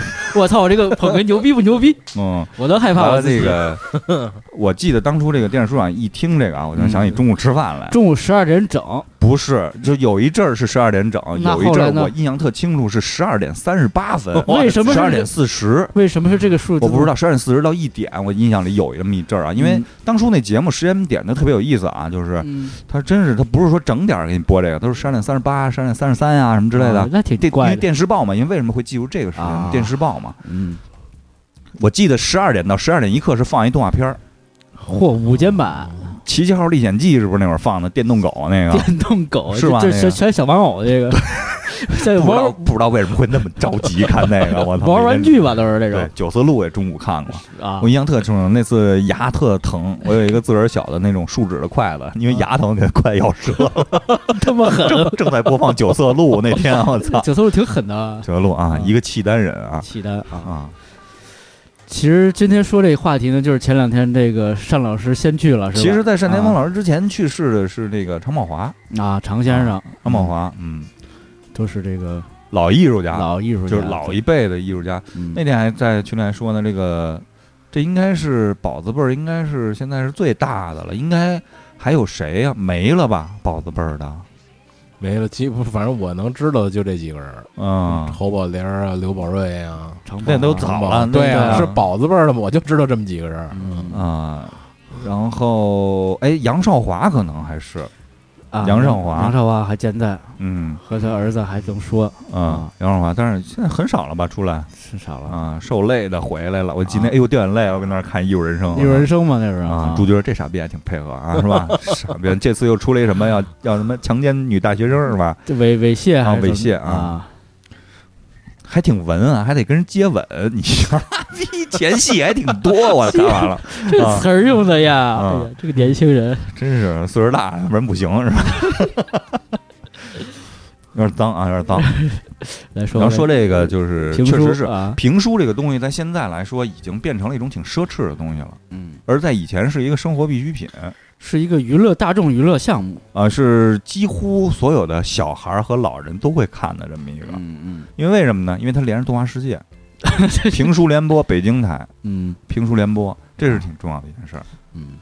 我操！我这个捧哏牛逼不牛逼？
嗯，
我都害怕
完
我
了
自己
这。个， 我记得当初这个电视书上一听这个啊，我就想
嗯
起中午吃饭来。
中午十二点整，
不是，就有一阵儿是十二点整，
那
有一
后来
阵
呢
儿我印象特清楚是十二点三十八分，
为什么是
十二点四十？
为什么是这个数字？
我不知道，十二点四十到一点，我印象里有这么一阵儿啊，因为
嗯
当初那节目时间点它特别有意思啊，就是
嗯，
它真是它不是说整点儿给你播这个，都是十二点三十八、十二点三十三啊什么之类的
哦，那挺
电因
怪
为
的。
电视报嘛，因为为什么会记住这个时间？
啊
电视报嘛，
嗯，
我记得十二点到十二点一刻是放一动画片儿，哦
嚯，午间版
《齐齐号历险记》是不是那会儿放的？电动狗那 个，
电动狗
是吧
这
那
这
个
全全小玩偶这 个，这
不知道
玩
不知道为什么会那么着急看那个，我操！
玩玩
每天
具吧，都是
对
这种，
九色鹿也中午看过，
啊
我。印象特清楚。那次牙特疼，我有一个自个儿小的那种树脂的筷子，因为牙疼给它快咬折了。
这么狠，
正正在播放九色鹿那天，啊我操！
九色鹿挺狠的啊。
九色鹿啊，一个契丹人啊
契丹啊，
啊，
其实今天说这话题呢，就是前两天这个单老师先去了，是吧？
其实，在单田芳老师之前去世的是那个常宝华，
啊，常先生
常宝华，嗯，
都是这个
老艺术家，
老艺术家，
啊就是老一辈的艺术家。
嗯
那天还在群里还说呢，这个这应该是宝字辈儿，应该是现在是最大的了，应该还有谁呀、没了吧，宝字辈儿的，
没了。基本反正我能知道的就这几个人，
嗯，
侯宝林啊，刘宝瑞啊，
常
那都
宝
早
宝
了那
对
个
是宝字辈儿的嘛，我就知道这么几个人。
嗯
啊。然后，哎，杨少华可能还是，
啊，
杨少华
杨少华还健在，
嗯
和他儿子还能说，
啊，杨少华，但是现在很少了吧？出来
是少了。
啊，受累的回来了。我今天
啊
哎呦掉眼泪了，我跟那儿看《艺术人生》，
艺术人生嘛，那是
啊，朱军这傻逼还挺配合啊，是 吧？傻逼，这次又出了一什么要要什么强奸女大学生是吧？
这猥猥亵还
啊
是怎么
猥亵啊
啊？
还挺文啊，还得跟人接吻，你妈逼 前戏还挺多，我操完了，
这
啊
词儿用的呀，哎
啊
呀，这个年轻人
真是岁数大了，要不然不行是吧？ 有点脏啊，有点脏。
来说
然后
来，
说这个就是，
评
确
书
实是
啊，
评书这个东西，在现在来说已经变成了一种挺奢侈的东西了，
嗯，
而在以前是一个生活必需品
是一个娱乐大众娱乐项目，
啊，是几乎所有的小孩儿和老人都会看的这么一个。
嗯
因为为什么呢？因为它连着动画世 界、评书联播、北京台
嗯
评书联播，这
啊
是挺重要的一件事儿。
嗯，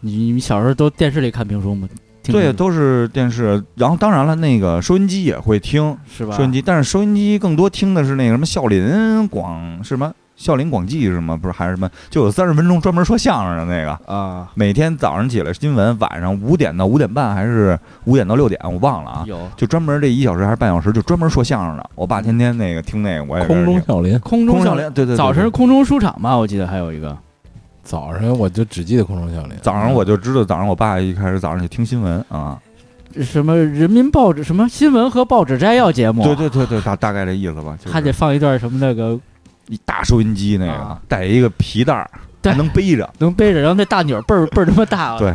你你小时候都电视里看评书吗？听
对，
评书
都是电视。然后当然了，那个收音机也会听
是吧？
收音机，但是收音机更多听的是那个什么笑林广是什么笑林广记是吗？不是还是什么？就有三十分钟专门说相声的那个，
啊，
每天早上起来新闻，晚上五点到五点半还是五点到六点，我忘了啊。
有
就专门这一小时还是半小时，就专门说相声的。我爸天天那个听那个，我也
空中
是
笑林，
空
空
中
中
笑
笑林，对对对，
早晨
对
是空中书场吧？我记得还有一个
早上我就只记得空中笑林。
早上我就知道，早上我爸一开始早上就听新闻啊，
什么人民报纸什么新闻和报纸摘要节目，啊
对，对对对，大大概这意思吧，就
还得
是
放一段什么那个
一大收音机那个
啊，
带一个皮带儿，
对
还能背着，
能背着，然后那大女儿倍儿倍儿他妈大，
对，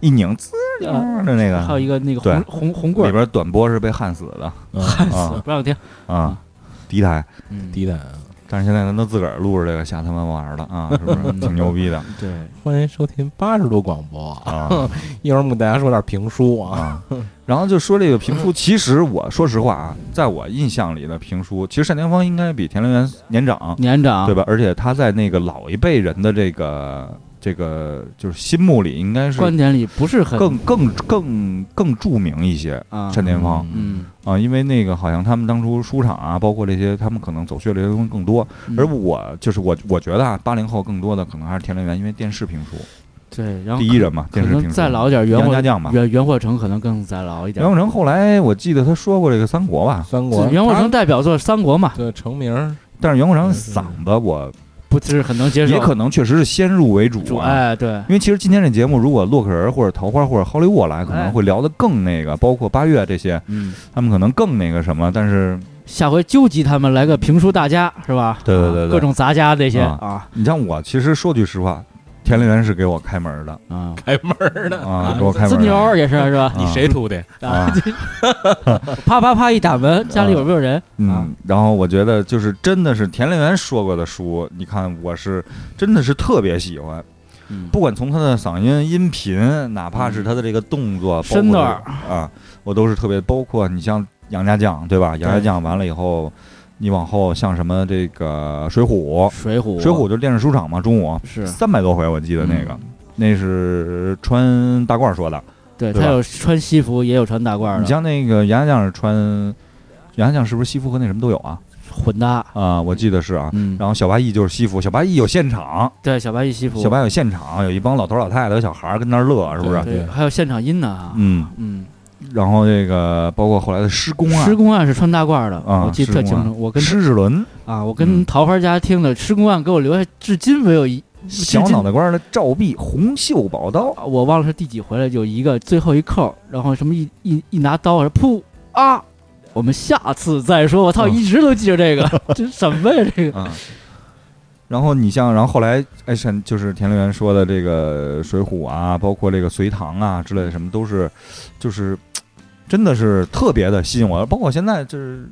一拧滋溜
啊，
的那
还有
个，
一个那个
对
红红红棍
里
儿，
边短波是被焊死的
嗯，
啊
不让听，
啊，第一台，
嗯，
低蛋啊，
但是现在咱都自个儿录着这个瞎他妈玩儿了啊，是不是挺牛逼的
嗯对，
欢迎收听八十度广播。
啊
一会儿我们给大家说点评书啊，
啊？然后就说这个评书，其实我说实话啊，在我印象里的评书，其实单田芳应该比田连元年长，
年长
对吧？而且他在那个老一辈人的这个这个就是心目里，应该是
观点里不是很
更更更更著名一些。
啊，
单田芳
嗯，
啊，因为那个好像他们当初书场啊，包括这些，他们可能走穴这些东西更多。
嗯
而我就是我，我觉得啊，八零后更多的可能还是田连元，因为电视评书
对，然后
第一人嘛，
啊可
电视评
能
书。
再老一点，袁
杨
火
家将吧
袁袁火成可能更再老一点
袁。阔成后来我记得他说过这个三国吧，
三国
袁火成代表作《三国》嘛，
对成名儿
但是袁阔成
嗯
嗓子我
不是很能接受。
也可能确实是先入为主
主
啊，
哎，对，
因为其实今天这节目，如果洛克人或者桃花或者 Hollywood 来，
哎
可能会聊得更那个，包括八月这些，
嗯，
他们可能更那个什么。但是
下回纠集他们来个评书大家是吧？
对对对对
各种杂家那些
啊
啊
你像我，其实说句实话，田连元是给我开门的
啊，
开门儿的
啊，给我开
资
门
牛
的。
儿也是是吧？
你谁出的？
啊？
啪啪啪一打门，家里有没有人？啊
嗯，然后我觉得就是真的是田连元说过的书，你看我是真的是特别喜欢，
嗯
不管从他的嗓音、音频，哪怕是他的这个动作、包括
身嗯段儿
啊，我都是特别。包括你像杨家将，对吧？杨家将完了以后，你往后像什么这个《水浒》，
水浒，
《水浒》就是电视书场嘛，中午
是嗯
三百多回，我记得那个，那是穿大褂儿说的。
对
对
他
吧
有穿西服，也有穿大褂
你
的，
像那个杨家将是穿，杨家将是不是西服和那什么都有啊？
混搭。
啊，我记得是啊。
嗯，
然后小八义就是西服，小八义有现场，
对，小白一西服，
小八有现场，有一帮老头老太太、有小孩儿跟那儿乐，是不是？
对，
对
还有现场音呢啊。
啊嗯，
嗯，
然后这个包括后来的施工啊，
施工案是穿大褂的，
啊
我记得特清楚。我跟
施志嗯伦
啊，我跟桃花家听的施工案给我留下至今没有一
小脑袋瓜的赵壁红袖宝刀，
啊我忘了是第几回了，有一个最后一扣，然后什么一一一拿刀，然后噗啊，我们下次再说。我操，
嗯
一直都记着这个， 这什么呀？这个
啊。然后你像，然后后来，哎，像就是田连元说的这个《水浒》啊，包括这个《隋唐》啊之类的，什么都是，就是真的是特别的吸引我。包括现在就是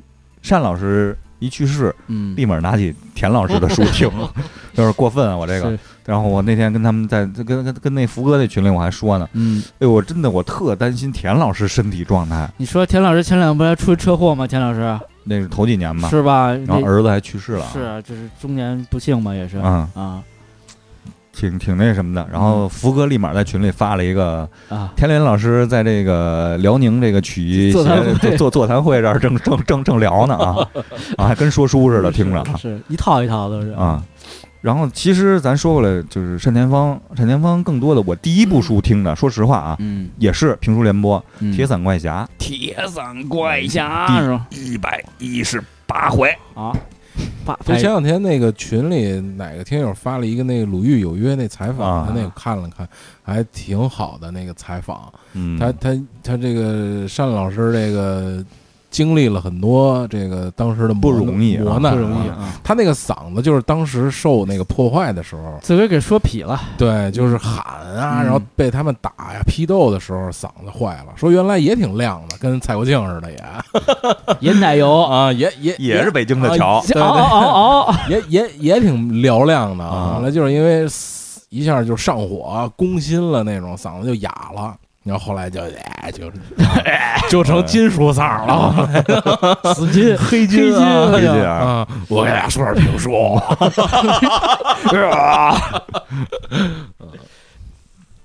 单老师一去世，
嗯
立马拿起田老师的书 听，有点过分啊，我这个
是。
然后我那天跟他们在跟跟跟那福哥那群里我还说呢，
嗯，
哎呦，我真的我特担心田老师身体状态，
你说田老师前两天不是还出车祸吗？田老师
那是头几年吧，
是吧？
嗯然后
那
儿子还去世了啊，
是就是中年不幸嘛，也是
嗯，
啊
挺挺那什么的。然后福哥立马在群里发了一个
啊，
田连老师在这个辽宁这个曲艺
座谈会
协座座谈会这儿正正正正聊呢 啊啊，还跟说书似的听着啊
是一套一套都是
啊。然后其实咱说回来，就是单田芳，单田芳更多的我第一部书听的，说实话啊，
嗯，
也是评书联播
嗯
《铁伞怪侠
铁伞怪侠是吧》
一百一十八回，
啊，八
就前两天那个群里哪个听友发了一个那个《鲁豫有约》那采
啊
访，他那个看了看，还挺好的那个采访。
嗯，
他他他这个单老师这个经历了很多这个当时的
不
磨
容易啊
磨难，
不容易
啊。
啊，
他那个嗓子就是当时受那个破坏的时候，
自个儿给说劈了，
对，就是喊啊，
嗯
然后被他们打呀、批斗的时候，嗓子坏了。说原来也挺亮的，跟蔡国庆似的也
也奶油啊，
啊，也也
也是北京的桥
啊，对对
熬熬熬，
也也也挺嘹亮的
啊
啊。后来就是因为嘶一下就上火，攻心了那种，嗓子就哑了。然后后来就哎就 就成金属嗓了，
死金黑金啊
黑
哎
金
呀
啊。
啊！我给大家说 点评书，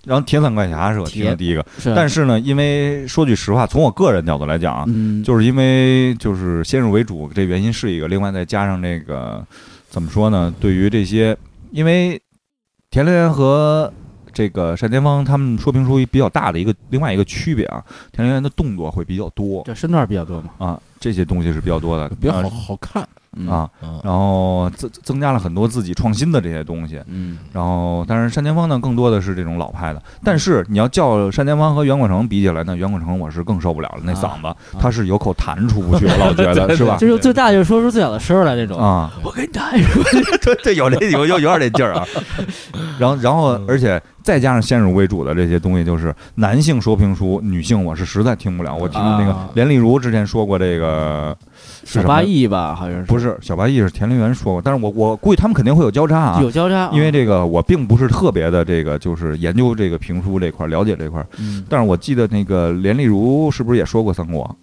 然后铁伞怪侠是我听的
铁嗯
第一个，
是，
但
是
是呢，因为说句实话，从我个人角度来讲啊，
嗯，
就是因为就是先入为主这原因是一个，另外再加上这个怎么说呢？对于这些，因为田连和这个单田芳他们说评书比较大的一个另外一个区别啊，田连的动作会比较多
这身段比较多嘛，
啊，这些东西是比较多的，
比较
啊
好好看
嗯
啊，
啊。
然后增增加了很多自己创新的这些东西。
嗯，
然后，但是单田芳呢，更多的是这种老派的。但是你要叫单田芳和袁广成比起来，那袁广成我是更受不了了，那嗓子、他是有口痰出不去，我老觉 得是吧？
就是最大就是说出最小的声儿来那种。
啊，
我给你打一个，
对对，有这有有有点这劲儿啊。然后，然后，而且再加上先入为主的这些东西，就是男性说评书，女性我是实在听不了。我听那个
啊
连丽如之前说过这个是
小
什
八
么？
亿吧，好像是
不是小八亿是田连元说过，但是我我估计他们肯定会有交叉啊。
有交叉啊，
因为这个我并不是特别的这个，就是研究这个评书这块儿了解这块儿，
嗯
但是我记得那个连丽如是不是也说过三国，
哎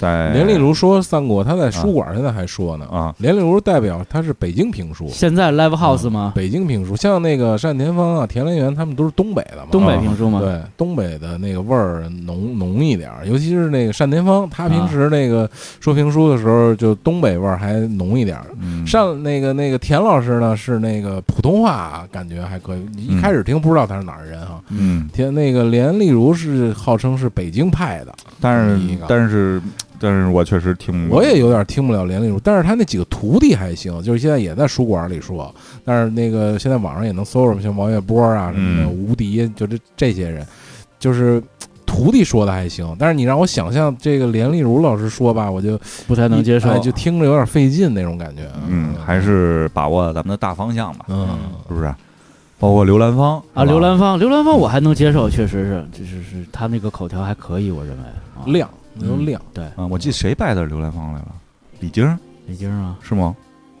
在
连丽如说三国，他在书馆现在还说呢。
啊，
连丽如代表他是北京评书，
现在 live house 吗？
北京评书，像那个单田芳啊、田连元他们都是东北的嘛，啊
东北评书吗？
对东北的那个味儿浓浓一点儿，尤其是那个单田芳，他
啊
平时那个说评书的时候，就东北味儿还浓一点儿。
嗯
上那个那个田老师呢，是那个普通话感觉还可以，一
嗯
开始听不知道他是哪儿人啊。
嗯，
田那个连丽如是号称是北京派的，
但
一
是
个
但是但是我确实听
我也有点听不了连丽如，但是他那几个徒弟还行，就是现在也在书馆里说，但是那个现在网上也能搜什么像王月波啊什么的，
嗯
吴迪，就这这些人，就是徒弟说的还行，但是你让我想象这个连丽如老师说吧，我就
不太能接受
哎，就听着有点费劲那种感觉。
嗯，还是把握咱们的大方向吧，
嗯
是不是？包括刘兰芳是
啊，
吧
刘兰芳，刘兰芳我还能接受，确实是，就是是他那个口条还可以，我认为啊
亮，那都
嗯
亮，
对
啊，我记得谁拜的刘兰芳来了？李菁
北京啊，
是吗？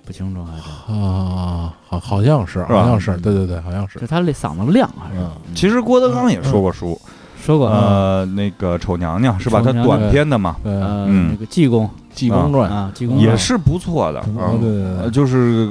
不清楚还是
啊，好，好像是，
是吧
好像是，对对对，好像是
就，他那嗓子亮还是
嗯，
其实郭德纲也说过书，
说过啊
呃，那个丑娘娘是吧？
丑
他
娘娘
短篇的嘛，
对，
呃
嗯
那个济公
济公传，
啊，济公
也
啊
是不错的，啊
嗯对对
呃
对
就是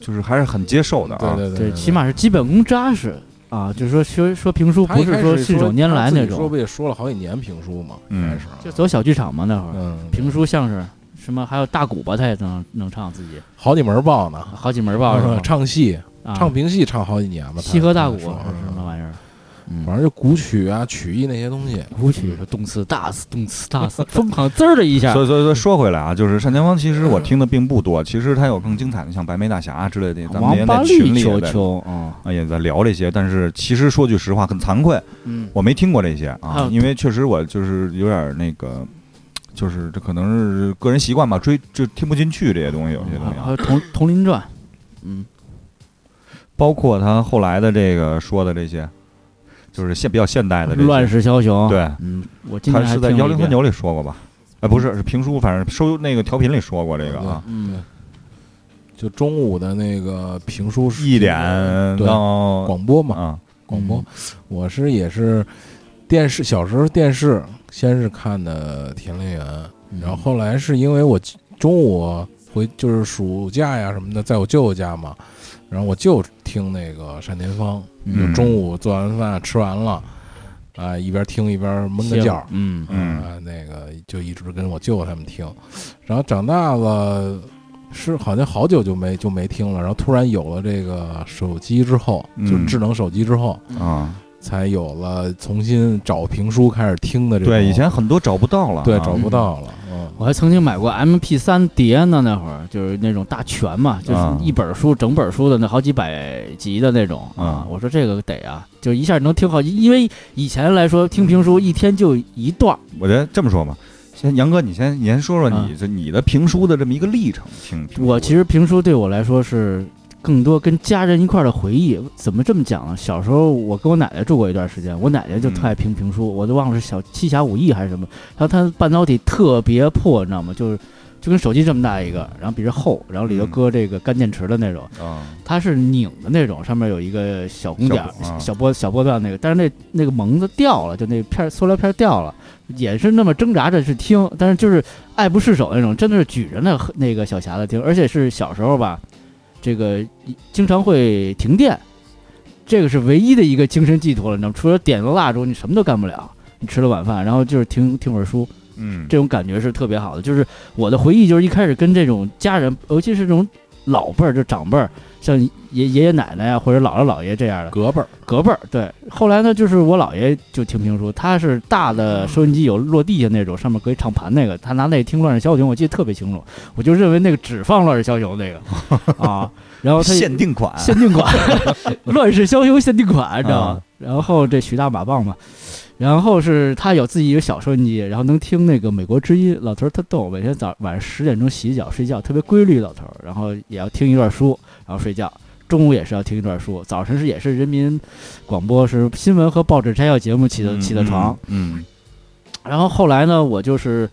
就是还是很接受的啊。
对
对，
对，
起码是基本功扎实啊，就是说说说评书
他一
不
开
是
始
说信手拈来
他自
那
己说
种
不，也说了好几年评书嘛，
嗯
开始啊
就走小剧场嘛那会儿，
嗯，
评书相声什么还有大鼓吧，他也能能唱自己
好几门报呢，
好几门
嗯
吧是吧？
唱戏、
啊
唱评戏唱好几年吧，
西河大鼓啊
他
是
说
什么玩意儿？
嗯反正就古曲啊、曲艺那些东西，
舞曲是动次大次，动次大 次，疯狂滋儿的一下
所，以，所以说说回来啊，就是单田芳，其实我听的并不多，其实他有更精彩的，像白眉大侠啊之类的，咱们也
嗯王八
在群
利
里也
球
在
球啊，
啊也在聊这些。但是其实说句实话，很惭愧，
嗯，
我没听过这些
还
啊
有，
因为确实我就是有点那个，就是这可能是个人习惯吧，追就听不进去这些东西，有些东西啊，
还有《铜铜林传》，嗯，
包括他后来的这个说的这些，就是现比较现代的这
《乱
些，
世枭雄》，
对
嗯，我今
他
天还
是
听
在
了一
幺零三
遍，
九里说过吧？哎，不是，是评书，反正收那个调频里说过这个啊，
嗯，
就中午的那个评书是
一点
对
到
广播嘛，
啊，
广播。我是也是电视，小时候电视先是看的《田连元》，
嗯
然后后来是因为我中午回就是暑假呀什么的，在我舅舅家嘛，然后我舅听那个单田芳，
嗯
中午做完饭吃完了，啊、一边听一边闷个
歇
觉
会
儿
儿，嗯，
嗯
啊、那个就一直跟我舅他们听，然后长大了是好像好久就没就没听了，然后突然有了这个手机之后，就
嗯
智能手机之后，
嗯
啊，
才有了重新找评书开始听的这种，
对，以前很多找不到了啊，
对找不到了，嗯，
我还曾经买过 MP 三碟呢，那会儿就是那种大全嘛，就是
啊
一本书整本书的那好几百集的那种啊
啊。
我说这个得啊，就一下能听好，因为以前来说听评书一天就一段儿，
我觉得这么说吧，先杨哥，你先你先说说你这、你的评书的这么一个历程，听评
嗯我其
实
实评书对我来说是更多跟家人一块儿的回忆。怎么这么讲呢？小时候我跟我奶奶住过一段时间，我奶奶就特爱评评书，我都忘了是小《七侠五义》还是什么。然后它半导体特别破，你知道吗？就是就跟手机这么大一个，然后比这厚，然后里头
嗯
搁这个干电池的那种，
啊，
它是拧的那种，上面有一个小孔点儿
小孔啊
小波小波段那个，但是那那个蒙子掉了，就那片儿塑料片儿掉了。也是那么挣扎着去听，但是就是爱不释手那种，真的是举着那个那个小匣子听，而且是小时候吧，这个经常会停电，这个是唯一的一个精神寄托了，你知道吗？除了点个蜡烛，你什么都干不了。你吃了晚饭，然后就是听听会儿书，
嗯，
这种感觉是特别好的。就是我的回忆，就是一开始跟这种家人，尤其是这种老辈儿，就长辈儿，像爷爷爷奶奶呀、或者姥姥姥爷这样的
隔辈儿，
隔辈儿。对，后来呢，就是我姥爷就听评书，他是大的收音机有落地下那种，上面搁一唱盘那个，他拿那听《乱世枭雄》，我记得特别清楚，我就认为那个只放《乱世枭雄》那个啊，然后他也
限定款，
限定 款，《乱世枭雄》限定款，你知道吗
啊？
然后这徐大马棒嘛，然后是他有自己一个小收音机，然后能听那个美国之音。老头儿特逗，每天早晚上十点钟洗脚睡觉，特别规律。老头儿，然后也要听一段书，然后睡觉。中午也是要听一段书，早晨是也是人民广播是新闻和报纸摘要节目起的
嗯
起的床，，
嗯，
然后后来呢，我就是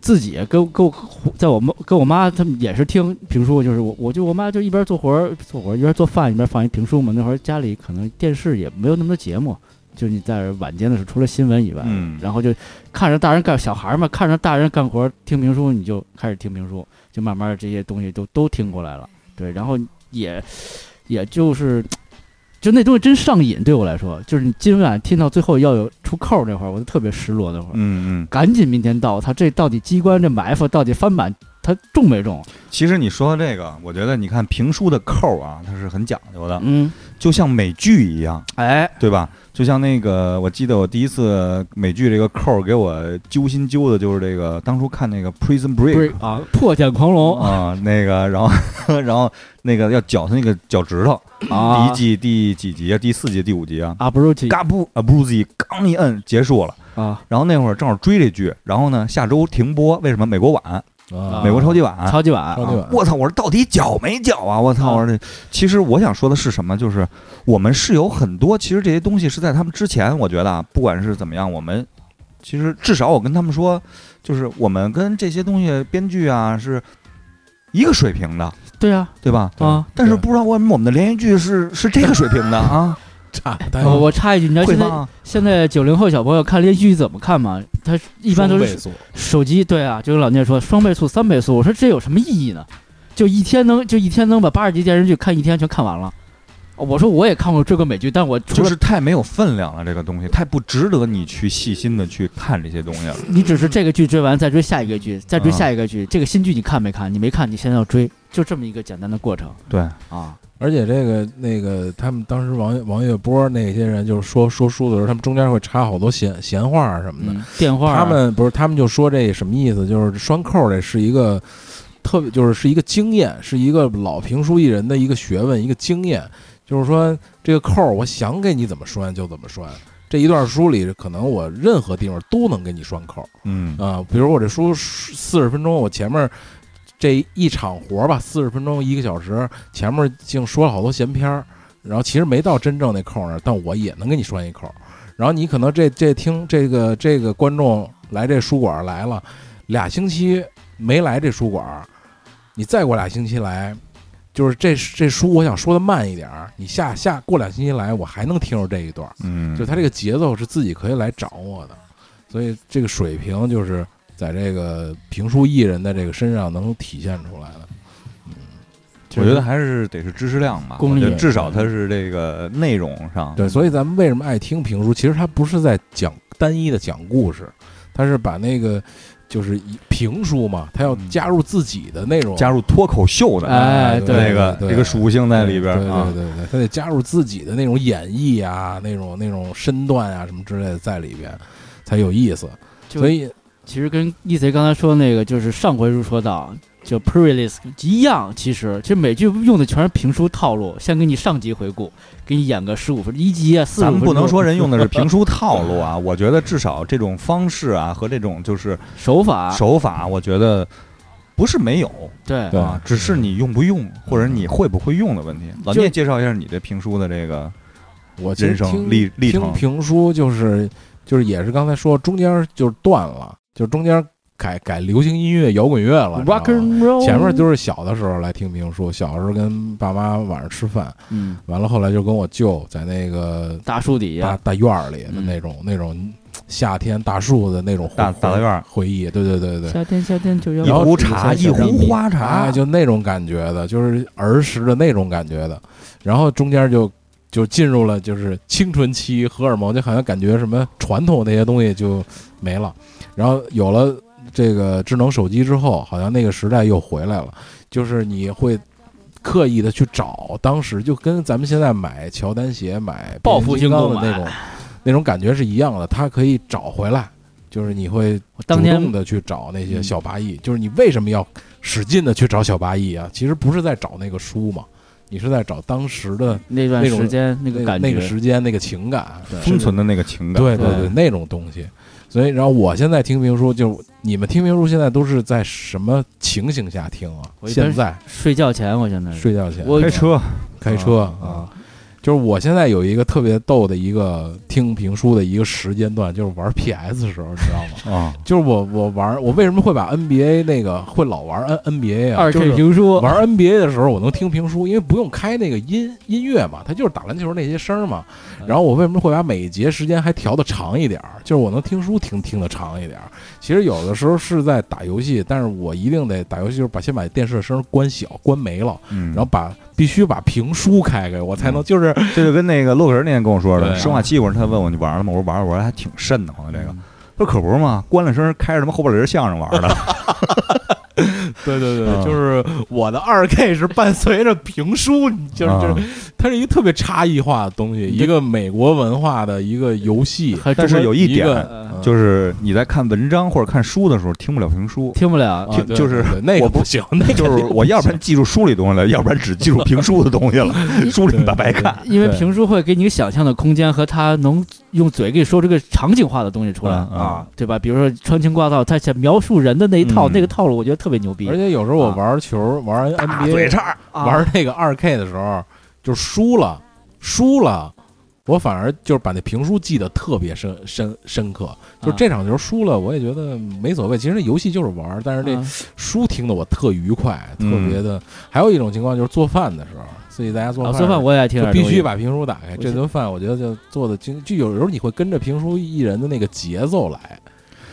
自己跟跟我在我妈跟我妈他们也是听评书，就是我我就我妈就一边做活儿做活儿一边做饭一边放一评书嘛。那会儿家里可能电视也没有那么多节目，就你在晚间的时候除了新闻以外，
嗯
然后就看着大人干小孩儿嘛，看着大人干活儿听评书，你就开始听评书，就慢慢这些东西都都听过来了。
嗯
对，然后也也就是。就那东西真上瘾，对我来说，就是你今晚听到最后要有出扣儿那会儿，我就特别失落。那会儿，
嗯嗯
赶紧明天到，他这到底机关这埋伏到底翻版他中没中？
嗯，其实你说的这个，我觉得你看评书的扣儿啊，它是很讲究的，
嗯，
就像美剧一样，
哎，
对吧？就像那个，我记得我第一次美剧这个扣儿给我揪心揪的，就是这个当初看那个《Prison
不
Break
是》啊，破茧狂龙
啊，那个，然后 然后那个要绞他那个脚趾头，第一
啊，
季第几集啊？第四集、第五集啊？
阿布鲁奇
嘎布啊，Bruzy 刚一摁结束了。
啊，
然后那会儿正好追这剧，然后呢下周停播，为什么？美国晚，
啊
美国超级晚。
超级碗
超级晚
我操！我说到底缴没缴啊？我操！
啊
我说这，其实我想说的是什么？就是我们是有很多，其实这些东西是在他们之前，我觉得啊，不管是怎么样，我们其实至少我跟他们说，就是我们跟这些东西编剧啊是一个水平的，
对啊
对吧？
啊。
但是
对
不知道为什么我们的连续剧是是这个水平的 啊，
差太
我我插一句，你知道
会
现在
吗？
现在九零后小朋友看连续剧怎么看吗？他一般都
双倍
是
速
手机，对啊，就跟老聂说双倍速、三倍速，我说这有什么意义呢？就一天能就一天能把八十集电视剧看一天全看完了。哦我说我也看过这个美剧，但我除
就
了
是太没有分量了，这个东西太不值得你去细心的去看这些东西了。
你只是这个剧追完，再追下一个
啊
剧，再追下一个剧。这个新剧你看没看？你没看，你现在要追，就这么一个简单的过程
对，
啊。
而且这个那个，他们当时王王月波那些人，就是说说书的时候，他们中间会插好多闲闲话啊什么的。
嗯，电话啊
他们不是，他们就说这什么意思？就是拴扣这是一个特别，就是是一个经验，是一个老评书艺人的一个学问，一个经验。就是说这个扣，我想给你怎么拴就怎么拴。这一段书里，可能我任何地方都能给你拴扣。
嗯
啊，比如我这书四十分钟，我前面这一场活儿吧，四十分钟一个小时，前面净说了好多闲篇儿，然后其实没到真正那扣儿那儿，但我也能给你拴一扣儿。然后你可能这这听这个这个观众来这书馆儿来了俩星期没来这书馆儿，你再过俩星期来，就是这这书我想说的慢一点儿，你下下过两星期来，我还能听着这一段儿。
嗯，
就他这个节奏是自己可以来掌握的，所以这个水平就是在这个评书艺人的这个身上能体现出来的。嗯
我觉得还是得是知识量吧，
功力
我觉得至少它是这个内容
嗯
上。
对，所以咱们为什么爱听评书？其实他不是在讲单一的讲故事，他是把那个就是以评书嘛，他要
嗯
加入自己的内容，
加入脱口秀的
哎
对
这个
对
这个属性在里边
对
啊
对，对对对，他得加入自己的那种演绎啊，那种那种身段啊什么之类的在里边，才有意思。
就
所以
其实跟一贼刚才说那个，就是上回书说到，就 pre-release 一样。其实，其实美剧用的全是评书套路，先给你上集回顾，给你演个十五分一集啊，四
咱
五
们
分
不
钟
能说人用的是评书套路啊，我觉得至少这种方式啊和这种就是
手
啊
法，
手法，我觉得不是没有
对
对嗯
啊，只是你用不用或者你会不会用的问题。老聂介绍一下你这评书的这个
我其实
人生
听
历历
听
程。
评书就是就是也是刚才说中间儿就是断了，就是中间儿改改流行音乐摇滚乐了你知道吗
，rock and roll，
前面都是小的时候来听评书，小时候跟爸妈晚上吃饭，
嗯，
完了后来就跟我舅在那个
大树底
大
下，
大院儿里的
嗯
那种、那种夏天大树的那种回
大大杂院儿
回忆，对对对对。
夏天夏天就要
一
然后
壶茶，一壶花
啊，
茶，
就那种感觉的，就是儿时的那种感觉的，然后中间就就进入了就是青春期荷尔蒙，就好像感觉什么传统那些东西就没了，然后有了这个智能手机之后，好像那个时代又回来了，就是你会刻意的去找，当时就跟咱们现在买乔丹鞋、买
报复性
变形金
购
刚
买
的那种那种感觉是一样的，它可以找回来。就是你会
我
主
当天嗯
动的去找那些小八义，就是你为什么要使劲的去找小八义啊？其实不是在找那个书嘛，你是在找当时的
那段
那种
时间那个
个
感觉，
那时间、那个情感，对
封存的那个情感，
对对
对
对，那种东西。所以，然后我现在听评书，就是你们听评书现在都是在什么情形下听啊？
我一般
现
是
在
睡觉前我现在是
睡觉前
我
开车
开车啊，
啊，
就是我现在有一个特别逗的一个听评书的一个时间段，就是玩 PS 的时候，你知道吗？
啊，
就是我我玩我为什么会把 NBA 那个会老玩 N NBA 啊？
二
就
K
是
评书
玩 NBA 的时候，我能听评书，因为不用开那个音音乐嘛，它就是打篮球那些声儿嘛。
嗯
然后我为什么会把每一节时间还调的长一点儿？就是我能听书听听的长一点儿。其实有的时候是在打游戏，但是我一定得打游戏，就是把先把电视的声儿关小、关没了，
嗯，
然后把必须把评书开开，我才
嗯
能就是
这就跟那个洛克人那天跟我说的，
对啊
生化七，我说他问我你玩了吗？我说玩了，我说还挺瘆得慌的这
嗯
个。他说可不是嘛，关了声，开着他妈后边儿人相 声玩的，
对对对，
啊
就是我的二 K 是伴随着评书，你就是就
啊
是它是一个特别差异化的东西，一个美国文化的一个游戏。
还
但是有一点
个
呃
嗯
就是你在看文章或者看书的时候听不了评书，
听不了
啊
听
对
就是
对对那
我
个
不
不行，那个
就是我要不然记住书里东西了，要不然只记住评书的东西 了，书里白白看。
因为
对
评书会给你想象的空间和他能用嘴给你说这个场景化的东西出来
嗯嗯
啊，对吧？比如说穿情挂道，他想描述人的那一套
嗯
那个套路，我觉得特别牛逼
而。且有时候我玩球、玩
大啊嘴
NBA、
叉，
啊
玩那个二 K 的时候，就输了，输了，我反而就是把那评书记得特别深深深刻。就
啊
这场球输了，我也觉得没所谓。其实那游戏就是玩，但是这
啊
书听得我特愉快，特
嗯
别的。还有一种情况就是做饭的时候，自己在家做
啊
饭，
做饭我也爱听
就
点东西，
必须把评书打开。
我
这
记
顿饭我觉得就做的精，就有时候你会跟着评书艺人的那个节奏来。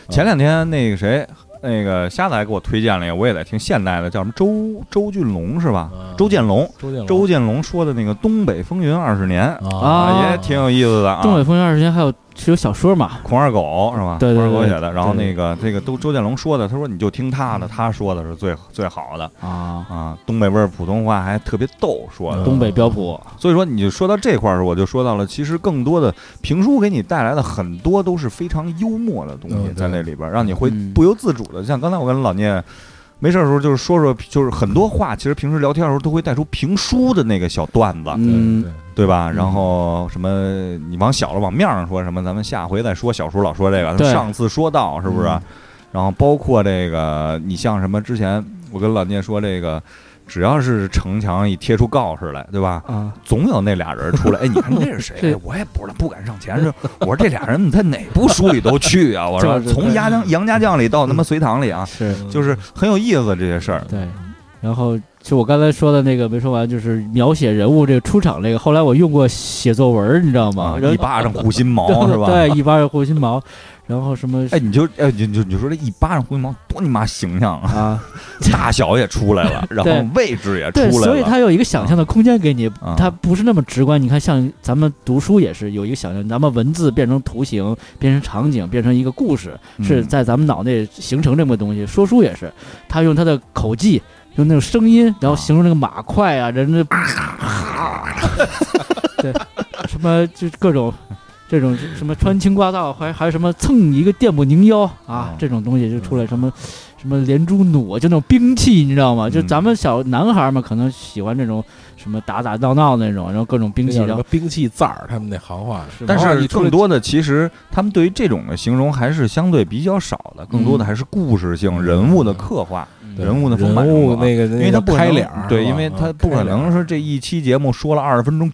前两天那个谁，那个瞎子还给我推荐了一个，我也在听现代的，叫什么周周俊龙是吧？
啊
嗯
周建
哦
龙，
周建
周建龙说的那个《东北风云二十年》
啊
也挺有意思的啊。
东北风云二十年还有是有小说嘛？
孔二狗是吧？
对
孔
对
二狗
对
写的。然后
对
那个这个都周建龙说的，他说你就听他的，他说的是最最好的
啊，
啊，东北味儿普通话还特别逗说的。
嗯
东北标普
所以说，你就说到这块儿的时候，我就说到了，其实更多的评书给你带来的很多都是非常幽默的东西
嗯
在那里边儿，让你会
哦嗯
不由自主的，像刚才我跟老聂。没事儿的时候就是说说，就是很多话，其实平时聊天的时候都会带出评书的那个小段子，
嗯
对，
啊对吧？
嗯
然后什么，你往小了往面上说什么，咱们下回再说。小叔老说这
对
个，上次说到是不是？
嗯
然后包括这个，你像什么之前我跟老聂说这个，只要是城墙一贴出告示来，对吧？
啊，
总有那俩人 出来，哎，你看这是谁
对
呀？我也不知道，不敢上前。是，我说这俩人你在哪部书里都去啊？我说
就是嗯
从杨家杨家将里到他妈隋唐里啊，
是
就是很有意思这些事儿。
对。然后就我刚才说的那个没说完，就是描写人物这个出场这个，后来我用过写作文儿，你知道吗
啊，？
然后
一巴掌护心毛是吧？
嗯 对，一巴掌护心毛，然后什么
哎，你就哎，你就你就说这一巴掌护心毛多你妈形象啊！
啊，
大小也出来了，然
对
后位置也出来
对，
了，
所以它有一个想象的空间给你，
啊
它不是那么直观。你看，像咱们读书也是有一个想象，咱们文字变成图形，变成场景，变成一个故事，
嗯
是在咱们脑内形成这么个东西。说书也是，他用他的口技，用那种声音，
啊
然后形容那个马快啊，人家对，什么就各种。 这种什么穿青瓜道，还还有什么蹭一个电步拧腰啊
嗯，
这种东西就出来什么什么连珠弩，就那种兵器，你知道吗？就
嗯
咱们小男孩嘛，可能喜欢这种什么打打闹闹那种，然后各种兵
那
器，
啊
叫
然
什么
后
兵器字儿，他们那行话是
但
然后
是
你出来
更多的，其实他们对于这种的形容还是相对比较少的，更多的还是故事
嗯
性、人物的刻画，
对
人物的丰
人
满程
物
度啊。
那个，因
因为他不可能
开脸儿，
对，
是吧嗯
因为他不可能说这一期节目说了二十分钟，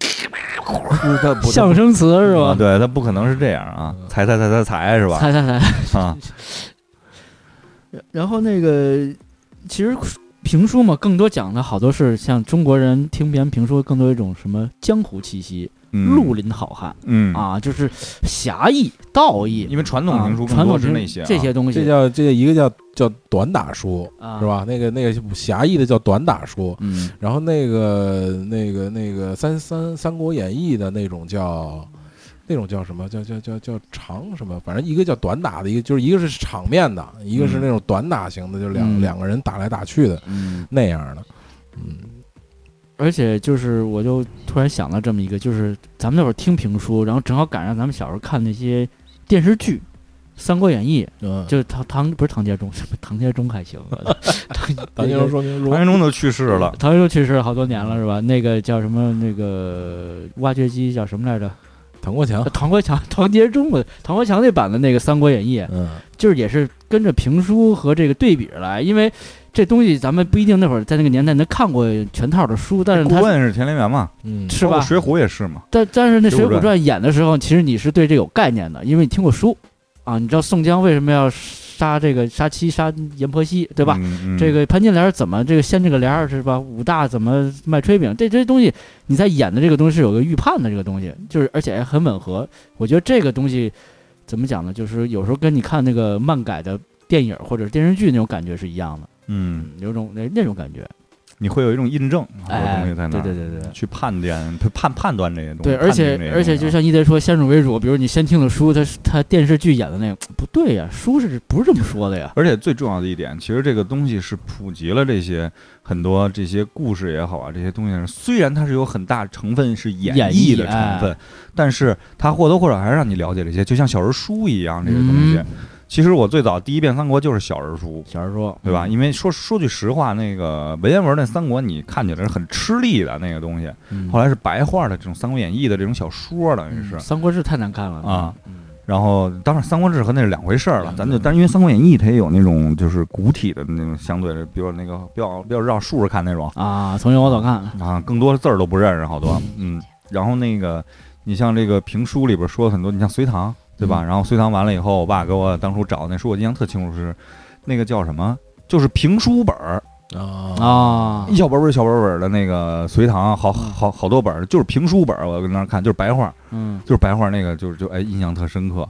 他不
相声词是
啊
吧？
对他不可能是这样啊，
嗯
踩踩踩踩踩是吧？
猜猜猜。
啊，
然后那个，其实评书嘛，更多讲的好多是像中国人听别人评书，更多一种什么江湖气息、
嗯
绿林好汉
嗯，
啊，就是侠义、道义
因为传统
啊
评书更
传
多
统
是
评
那些啊
这些东西，
这叫这一个叫叫短打书
啊
是？吧？那个那个狭义的叫短打书，
嗯，
然后那个那个那个三三《三国演义》的那种叫。那种叫什么？叫叫叫叫长什么？反正一个叫短打的，一个就是一个是场面的，一个是那种短打型的，就两、
嗯
两个人打来打去的
嗯，
那样的。嗯，
而且就是，我就突然想到这么一个，就是咱们那会儿听评书，然后正好赶上咱们小时候看那些电视剧，《三国演义》，
嗯，
就是唐唐不是唐杰忠， 什么唐杰忠还行， 唐
咱就是哎说明如
唐玄宗都去世了，
唐杰忠去世好多年了是吧？那个叫什么那个挖掘机叫什么来着？
唐国强，
唐国强、唐杰忠的唐国强那版的那个《三国演义》，
嗯，
就是也是跟着评书和这个对比着来，因为这东西咱们不一定那会儿在那个年代能看过全套的书，嗯但是
顾
它
问是田连元嘛，
嗯，
是
包括
吧？
水浒也是嘛，
但但是那《
水
水
浒
浒
传
传》演的时候，其实你是对这有概念的，因为你听过书啊，你知道宋江为什么要杀这个杀妻杀阎婆惜，对
对
吧？
嗯、嗯
这个潘金莲儿怎么这个掀这个帘儿是吧？武大怎么卖炊饼？这这些东西你在演的这个东西是有个预判的，这个东西就是而且还很吻合。我觉得这个东西怎么讲呢？就是有时候跟你看那个漫改的电影或者是电视剧那种感觉是一样的，
嗯，，
有种那那种感觉。
你会有一种印证，好多
哎
东西在，那
对
儿，
对对对。
去判断、判判断这些东西，
对，而
判定这
且
些
而
东
且
西
就
啊
像一德说，先入为主，比如你先听的书，他是他电视剧演的那个不对呀，书是不是这么说的呀？
而且最重要的一点，其实这个东西是普及了这些很多这些故事也好啊，这些东西，虽然它是有很大成分是演
演
绎哎
绎
的成分，但是它或多或少还是让你了解这些，就像小人书一样这些东西。
嗯
其实我最早第一遍三国就是小人书。
小人说，
对吧？因为说说句实话，那个文言文那三国，你看起来是很吃力的那个东西。
嗯？
后来是白话的这种《三国演义》的这种小说，等于是
嗯。三国志》太难看了
啊
嗯
然后，当然《三国志》和那是两回事儿了。
嗯
咱就，但是因为《三国演义》它也有那种就是古体的那种，相对的，比如那个比较比较绕竖着看那种
啊，从前往早看，
啊，更多的字儿都不认识好多。嗯，然后那个你像这个评书里边说很多，你像隋唐对
嗯
吧？然后隋唐完了以后，我爸给我当初找那书，我印象特清楚是那个叫什么，就是评书本儿，
啊，
啊
一，小本本儿一小本本儿的那个隋唐，好好好多本儿，就是评书本儿，我跟那儿看就是白话。
嗯
就是白话那个，就是就哎印象特深刻。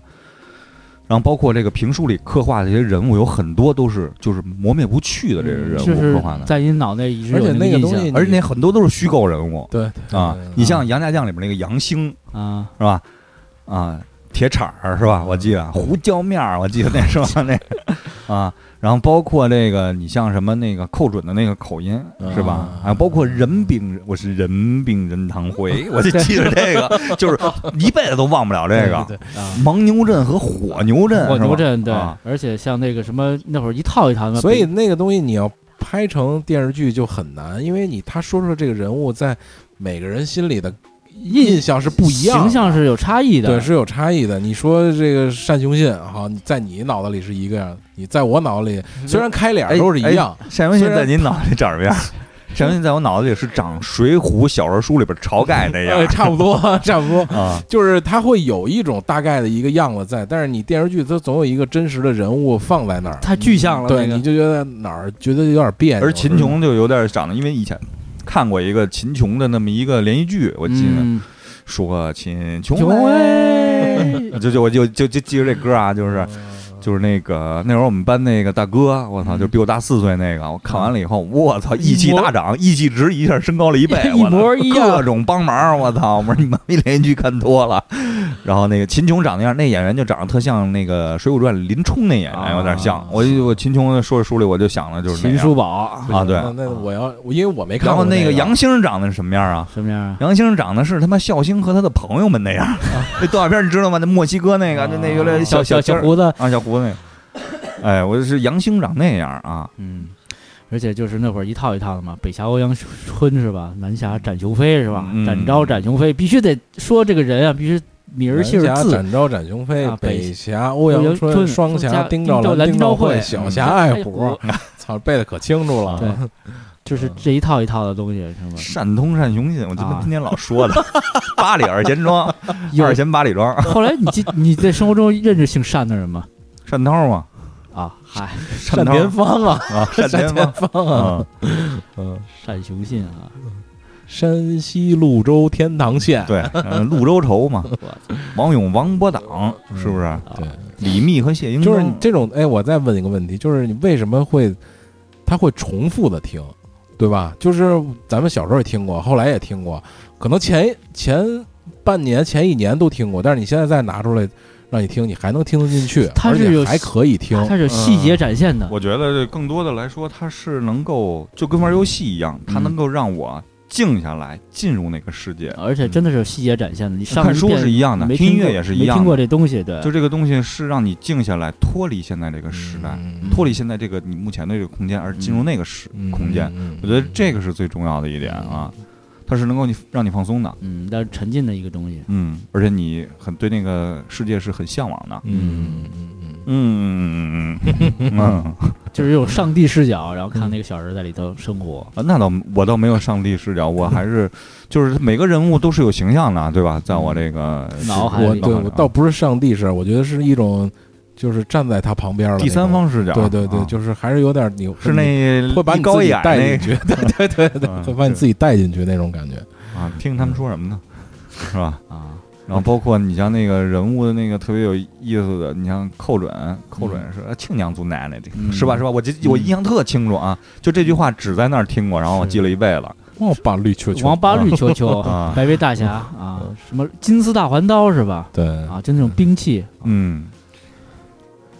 然后包括这个评书里刻画的这些人物，有很多都是就是磨灭不去的这个人
嗯就
物
是
刻画的，
在你脑内一直有
而且
那
那个
印
东西
象
你，
而且那很多都是虚构人物
对
啊。你像《杨家将》里边那个杨兴
啊，
是吧？啊，铁铲儿是吧？我记得胡椒面儿，我记得那是吧？那个啊，然后包括这个你像什么那个寇准的那个口音是吧？
啊
还有包括人饼，我是人饼人堂会，我就记得这个，就是一辈子都忘不了这个。
对对
啊
牦牛阵和火牛阵，
火
是吧
牛阵对
啊，
而且像那个什么那会儿一套一套的，
所以那个东西你要拍成电视剧就很难，因为你他说出来这个人物在每个人心里的印象是不一样的，
形象是有差异的，
对，是有差异的。你说这个单雄信，好，你在你脑子里是一个样，你在我脑子
嗯
里虽然开脸
哎
都是一样，
单文信
虽然
在您脑袋长什么样？ 单文信在我脑子里是长《水浒》小说书里边晁盖那
呃
样
差不多， 差不多，
啊。
就是他会有一种大概的一个样子在，但是你电视剧它总有一个真实的人物放在那儿，
太具象了，
对，
那
你
个
就觉得哪儿觉得有点别扭。
而秦琼就有点长得，因为以前看过一个秦琼的那么一个连续剧，我记得
嗯，
说秦
琼
琼
哎
哎，就就我就就就记着这歌啊，
哦
就是就是那个那会儿我们班那个大哥，我操，
嗯
就比我大四岁那个，我看完了以后，我操，义气大涨，义气值一下升高了一倍
，一
我操
模一样
各种帮忙，我操，我说你妈逼连续剧看多了。然后那个秦琼长那样，那演员就长得特像那个《水浒传》里林冲那演
啊
员，有点像。我就我秦琼说书里我就想了， 就是那
秦
样
叔宝
啊，对。
嗯那那我要，我因为我没看
然
过
后那
个
个杨兴长得是什么样啊？
什么样啊？
杨兴长得是他妈笑星和他的朋友们那样，那动画片你知道吗？那墨西哥那个，就那个
小
小
小
小
胡子，
啊，小胡子那个。哎，我是杨兴长那样啊，
嗯。而且就是那会儿一套一套的嘛，北峡欧阳春是吧？南峡展雄飞是吧？
嗯
展昭、展雄飞，必须得说这个人啊，必须名儿姓儿
南
字
侠展昭、展雄飞
啊、北
北峡、欧
欧阳
阳
春
春、双
双
峡、
峡
丁
丁兆
兆
兰
丁
丁兆
兆
会
会、小
嗯
侠爱
爱
虎
虎，
操，背的可清楚
对
啊
了。，
就是
嗯
这一套一套的东西，是吗？
善通善雄信，我他
啊
妈天天老说的， 八里二贤庄，
有
二贤八里庄，
后来你记你在生活中认识姓单的人吗？
单涛嘛，
啊，嗨，
单
涛
田芳啊，
啊，单田
田
芳
芳啊，
啊，
嗯，
单雄信 啊，
山西潞州天堂县，
对，嗯潞州仇嘛，王勇、王伯党是不是？
啊
对
李密和谢英
就是你
宗
这种，哎，我再问一个问题，就是你为什么会他会重复的听，对吧？就是咱们小时候也听过，后来也听过，可能前前半年、前一年都听过，但是你现在再拿出来让你听，你还能听得进去，
它
而
是
且
有
还可以听，
它是有
嗯
细节展现的，
我觉得这更多的来说，它是能够就跟玩游戏一样，它能够让我静下来，进入那个世界。
而且真的是有细节展现的。你
嗯
上
看
一
书
遍
是一样的，
没
听音乐
过
也是一
没
样
听过
的。
这东西，对，
就这个东西是让你静下来，脱离现在这个时代，
嗯
脱离现在这个你目前的这个空间，而进入那个时、空间。，
嗯
我觉得这个是最重要的一点啊，它是能够你让你放松的，
嗯，但是沉浸的一个东西。
嗯，而且你很对那个世界是很向往的，
嗯嗯嗯嗯
嗯嗯嗯嗯 嗯，嗯
就是有上帝视角，然后看那个小人在里头生活。
啊那倒我倒没有上帝视角，我还 是就是每个人物都是有形象的，对吧？在
嗯
我这个
脑海
我
里
对
脑海
我
里
倒不是上帝视，我觉得是一种就是站在他旁边了
第三方视角，
对对对，
啊
就是还是有点你
是那
会把
嗯一
你
高
自
一
己
矮
带
那
进去， 对对对对，
嗯
会把你
是
自己带进去那种感觉。
个啊，听他们说什么呢？是吧？
啊，
然后包括你像那个人物的那个特别有意思的，你像寇准，寇准
嗯
是啊亲娘祖奶奶这个
嗯
是吧是吧？我记我印象特清楚啊，就这句话只在那儿听过，然后我记了一辈子。
我把绿球球
王，八绿球球
啊、
白眉大侠啊，什么金丝大环刀是吧？
对，
啊，就那种兵器。
嗯，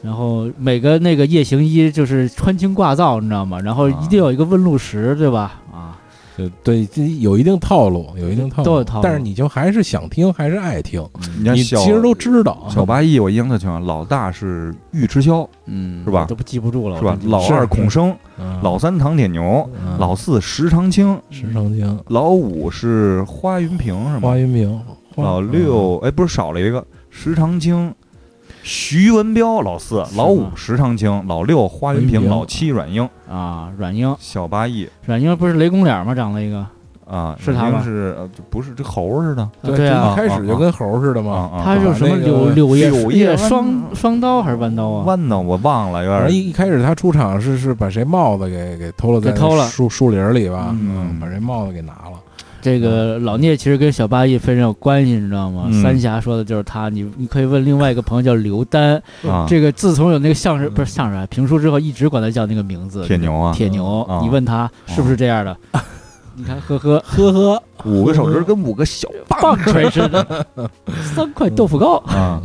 然后每个那个夜行衣就是穿青挂皂，你知道吗？然后一定有一个问路石，对吧？啊，
就对，这有一定套路，有一定套路，
都有套路
但是你就还是想听，还是爱听，
你看
嗯你
小
其实都知道。啊
小八义，我印象特清楚，老大是尉迟骁
嗯，
是吧
我都不记不住了，
是吧
我？真记不住
老二孔生，
啊
嗯
老三唐铁牛，
嗯
老四石长青，
石长青、
老五是花云平是吗
花？云明、花
老六
嗯
哎，不是少了一个石长青，徐文彪老四，
是
老
吗
五石长青，老六花云
云
平，
平
老七阮英，
啊，阮英，
小八义
阮英不是雷公脸吗？长了一个，啊
啊，
是他
阮英
吗
是呃就不是这猴儿似的
对
就
啊
一，开始就跟猴似的嘛，
啊，
他
是
就什么
把那个
柳柳叶
柳叶弯
双双刀还是弯刀啊？
弯的我忘了，有
反正
点
一一开始他出场是是把谁帽子给给偷了，
给
在那
偷了
树树林里吧，
嗯
把谁帽子给拿了，
这个老聂其实跟小八义非常有关系，你知道吗？
嗯
三峡说的就是他，你你可以问另外一个朋友叫刘丹，
啊，
哎
嗯
这个自从有那个相声不是相声啊评书之后，一直管他叫那个名字
铁牛啊，
铁牛
啊。
你问他是不是这样 的？你看，呵呵呵呵，
五个手指跟五个小
棒槌似的， 三块豆腐糕，
啊，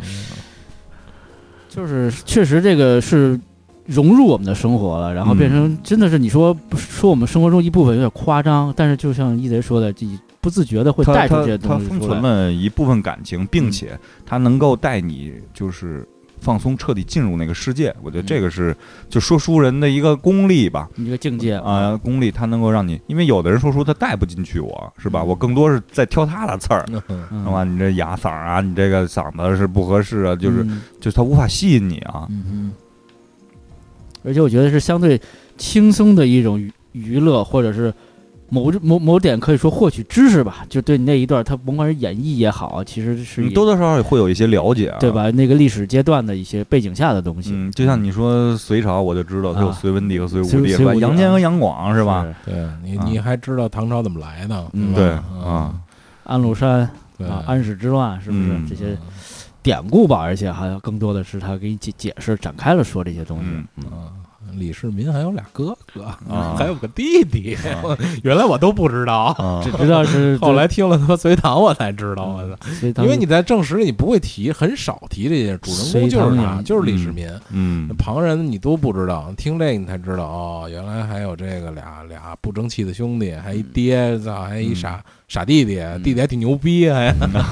就是确实这个是融入我们的生活了，然后变
嗯
成真的是你说说我们生活中一部分有点夸张，但是就像一贼说的，这不自觉的会
他
带出
他
这些
他
东西
封
出
存
来。嗯
了一部分感情，并且他能够带你就是放松，彻底进入那个世界。我觉得这
嗯
个是就说书人的一个功力吧，
你这嗯个境界
啊、，功力它能够让你，因为有的人说书他带不进去我，是吧？我更多是在挑他的刺儿。
嗯
是吧？你这哑嗓啊，你这个嗓子是不合适啊，就是、
嗯
就是他无法吸引你啊。
嗯哼，而且我觉得是相对轻松的一种娱娱乐，或者是某某某点可以说获取知识吧。就对你那一段，他甭管是演绎也好，其实是
你
也
多多少少也会有一些了解、啊，
对？吧？那个历史阶段的一些背景下的东西，
嗯，就像你说隋朝，我就知道他有
啊
隋文帝和隋武
隋
帝，是
隋武
吧？
帝啊
杨坚和杨广是
是
吧？？
对你
啊
你还知道唐朝怎么来的，
嗯
对
对
吧
啊，
安禄山
对
啊，安史之乱是不是、
嗯
这些
嗯
典故吧？而且还有更多的是他给你解解释、展开了说这些东西。
嗯
啊，李世民还有俩哥哥，
啊
还有个弟弟， 原来我都不知道，
啊
只知 道是
后来听了他隋唐我才知道，
嗯
我操！
所以他
因为
们
你在正史里你不会提，很少提这些，主人公就是
隋唐
他，
人
就是李世民，
嗯
那，旁人你都不知道，听这个你才知道哦，原来还有这个俩俩不争气的兄弟，还
嗯
一爹，操，还一傻傻弟弟，弟弟还挺牛逼，啊还
嗯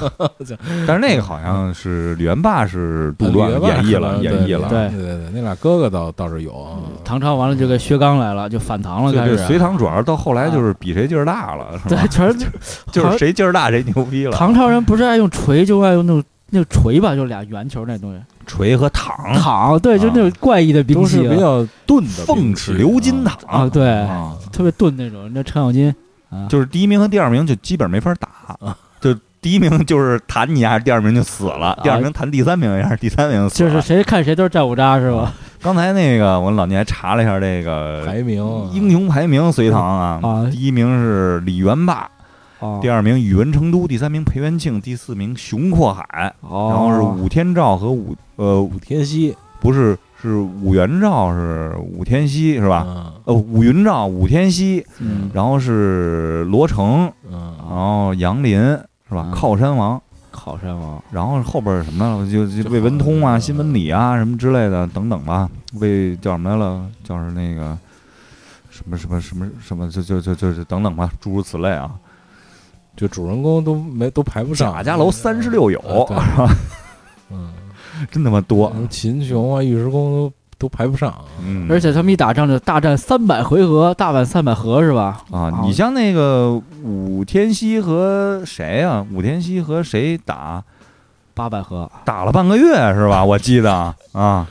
但是那个好像是李元呃霸是杜
李
撰
元霸
演绎了，
可能
演绎了。嗯
对对对，那俩哥哥倒倒是有啊，
唐朝完了就给薛刚来了，就反唐了，
对
开
对，啊
始啊
隋唐主要是到后来就是比谁劲儿大了，是
对
吧？，
全是
就是 谁劲儿大谁牛逼了。
唐朝人不是爱用锤，就爱用那种那种锤吧，就俩圆球那东西，
锤和躺，
躺，啊对，就那种怪异的兵
都是
器
比
啊，
较钝的
凤
兵
齿
器
鎏金
啊
啊
躺
对
啊
特别钝那种，那程咬金啊，
就是第一名和第二名就基本没法打，就第一名就是弹你一下，第二名就死了，第二名弹第三名一下，第三名死
就是
了。
谁看谁都是战五渣是吧？
刚才那个我老聂查了一下这个
排名啊
嗯英雄排名，隋唐啊
啊，
第一名是李元霸，
哦
第二名宇文成都，第三名裴元庆，第四名熊阔海，
哦，
然后是武天照和武呃
武天锡
不是是武元照是武天锡是吧？
吧？
呃，武云照、武天锡，
嗯，
然后是罗成，然
嗯，
后杨林是吧
嗯？
靠山王。
考山王，
然后后边儿什么了？就就
就
魏文通
好
啊、
像
辛文礼啊什么之类的等等吧。魏叫什么来了？叫是那个什么什么什么什么，就就就就是等等吧，诸如此类啊。
就主人公都没都排不上。
贾家楼三十六友，
啊对
是吧？
嗯，
真他妈多
什。么秦琼啊、尉迟恭都都排不上。
嗯，
嗯而且他们一打仗就大战三百回合，大战三百合是吧？
啊，你像那个武天锡和谁啊？武天锡和谁打？
八百合，
打了半个月是 吧？我记得啊，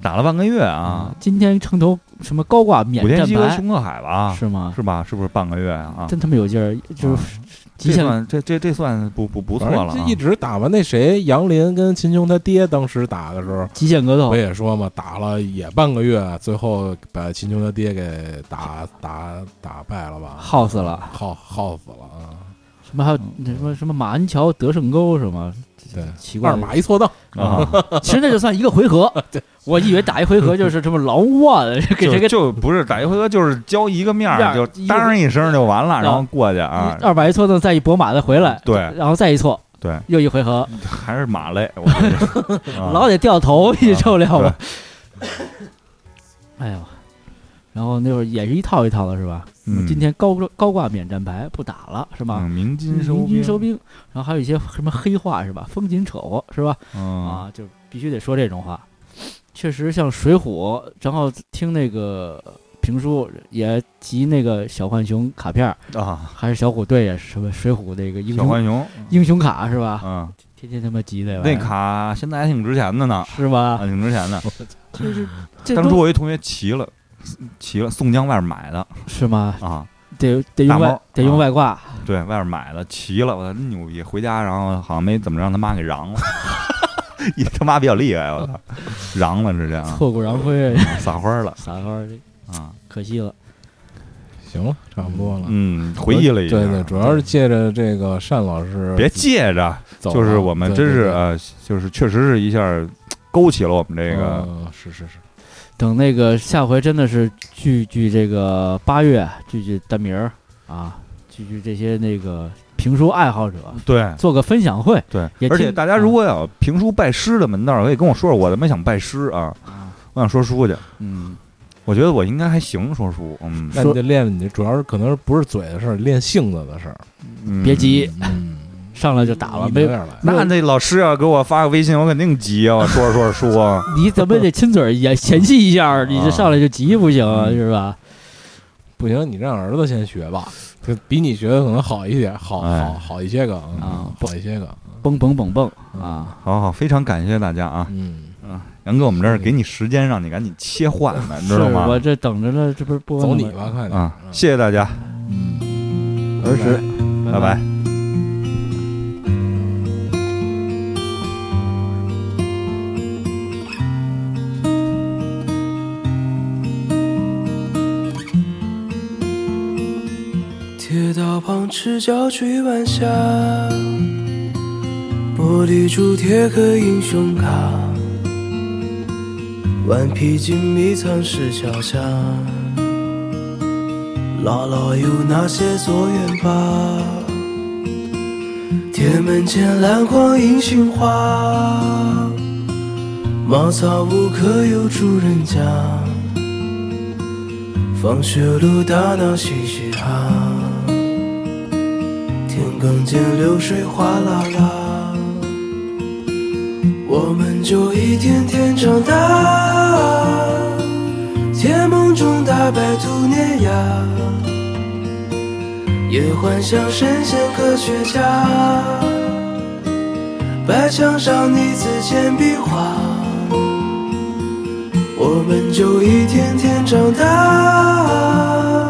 打了半个月啊。
今天城头什么高挂免
武天
战
锡和
牌
熊克海吧？
是吗？
是吧？是不是半个月啊？
真他妈有劲儿，就是极
这
限
算这这这算不不不错了
反
啊
正一直打完那谁杨林跟秦琼他爹当时打的时候，
极限格斗
哦不，也说嘛，打了也半个月，最后把秦琼他爹给打打打败了 吧？
耗死了。
耗耗死了啊！
什么还有那什么什么马鞍桥德胜沟什么
对，
奇怪
二
的
马一错蹬，
啊！
其实那就算一个回合。我以为打一回合就是什么老万 给谁
就
给
就不是打一回合，就是交一个面
面
儿，
儿
就
一个
当一声就完了，然后过去啊。
二百一错蹬，再一博马再回来，
对
然后再一错，
对，
又一回合，
还是马累，我觉 得啊
老得掉头，你受了吗？哎呦，然后那会儿也是一套一套的，是吧？
嗯
今天高高挂免战牌不打了，是吧？
嗯，鸣金收
鸣金收
兵，
兵，然后还有一些什么黑话是吧？风景丑恶是吧？
嗯
啊，就必须得说这种话。确实，像《水浒》，然后听那个评书，也集那个小浣熊卡片儿，
啊，
还是小虎队啊，什么《水浒》那个英
小
雄
浣熊，
英雄卡是吧？
嗯，
天天他妈集那玩意
那
儿
卡现在还挺值钱的呢，
是
啊，
吧？
挺 值钱的。
就是这
当初
都
我一同学骑了，骑了宋江外边买的
是吗？
啊，
得得用
大
外
猫
得用
啊
外挂，
对外边买的，骑了，我操，真牛逼！回家然后好像没怎么让他妈给瓤了， 也他妈比较厉害，我操，瓤了 直接啊，
挫骨扬灰，
撒欢儿了
撒欢儿，
啊，
可惜了。
行了，差不多了。
嗯，回忆了一下，
对对，主要是借着这个单老师
别借着，
走了，
就是我们
对
真
对
是
对
呃，就是确实是一下儿勾起了我们这个
嗯是是是，
等那个下回真的是聚聚这个八月，聚聚大明儿啊，聚聚这些那个评书爱好者，
对。
做个分享会。
对
也，
而且
听
大家如果有评书拜师的门道儿，可以跟我说说，我他妈想拜师啊，我想说书去。
嗯，
我觉得我应该还行说书，嗯，
那你得练，你主要是可能是不是嘴的事儿，练性子的事儿。
嗯
别。急，
嗯，
上来就打了，
一
没
点点来。
那那老师要给我发个微信，我肯定急啊！我说着说着书啊，
你怎么也得亲嘴儿也前戏一下儿，你这
啊
上来就急不行啊，
嗯
是吧？
不行，你让儿子先学吧，这比你学的可能好一点，好
哎
好好一些个嗯
啊不
好一些个。
蹦蹦蹦蹦啊！
好好，非常感谢大家啊！
嗯，
杨哥，我们这儿给你时间，让你赶紧切换呢，你知
是
道吗
我？这等着呢，这不是播
走
呢
你
吗
吧，快点嗯
啊，谢谢大家，
儿时，
拜拜。
铁道旁赤脚追晚霞，玻璃珠贴个英雄卡，顽皮筋迷藏石桥下，姥姥有那些作园吧？铁门前篮筐银杏花，茅草屋可有住人家？放学路打闹嘻嘻哈哈，田埂间流水哗啦啦，我们就一天天长大，甜梦中大白兔碾压，也幻想神仙科学家，白墙上泥字简笔画。我们就一天天长大，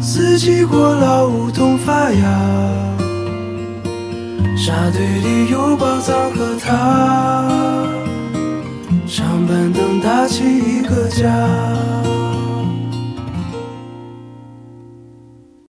四季过老梧桐发芽，沙堆里有宝藏和他，长板凳搭起一个家。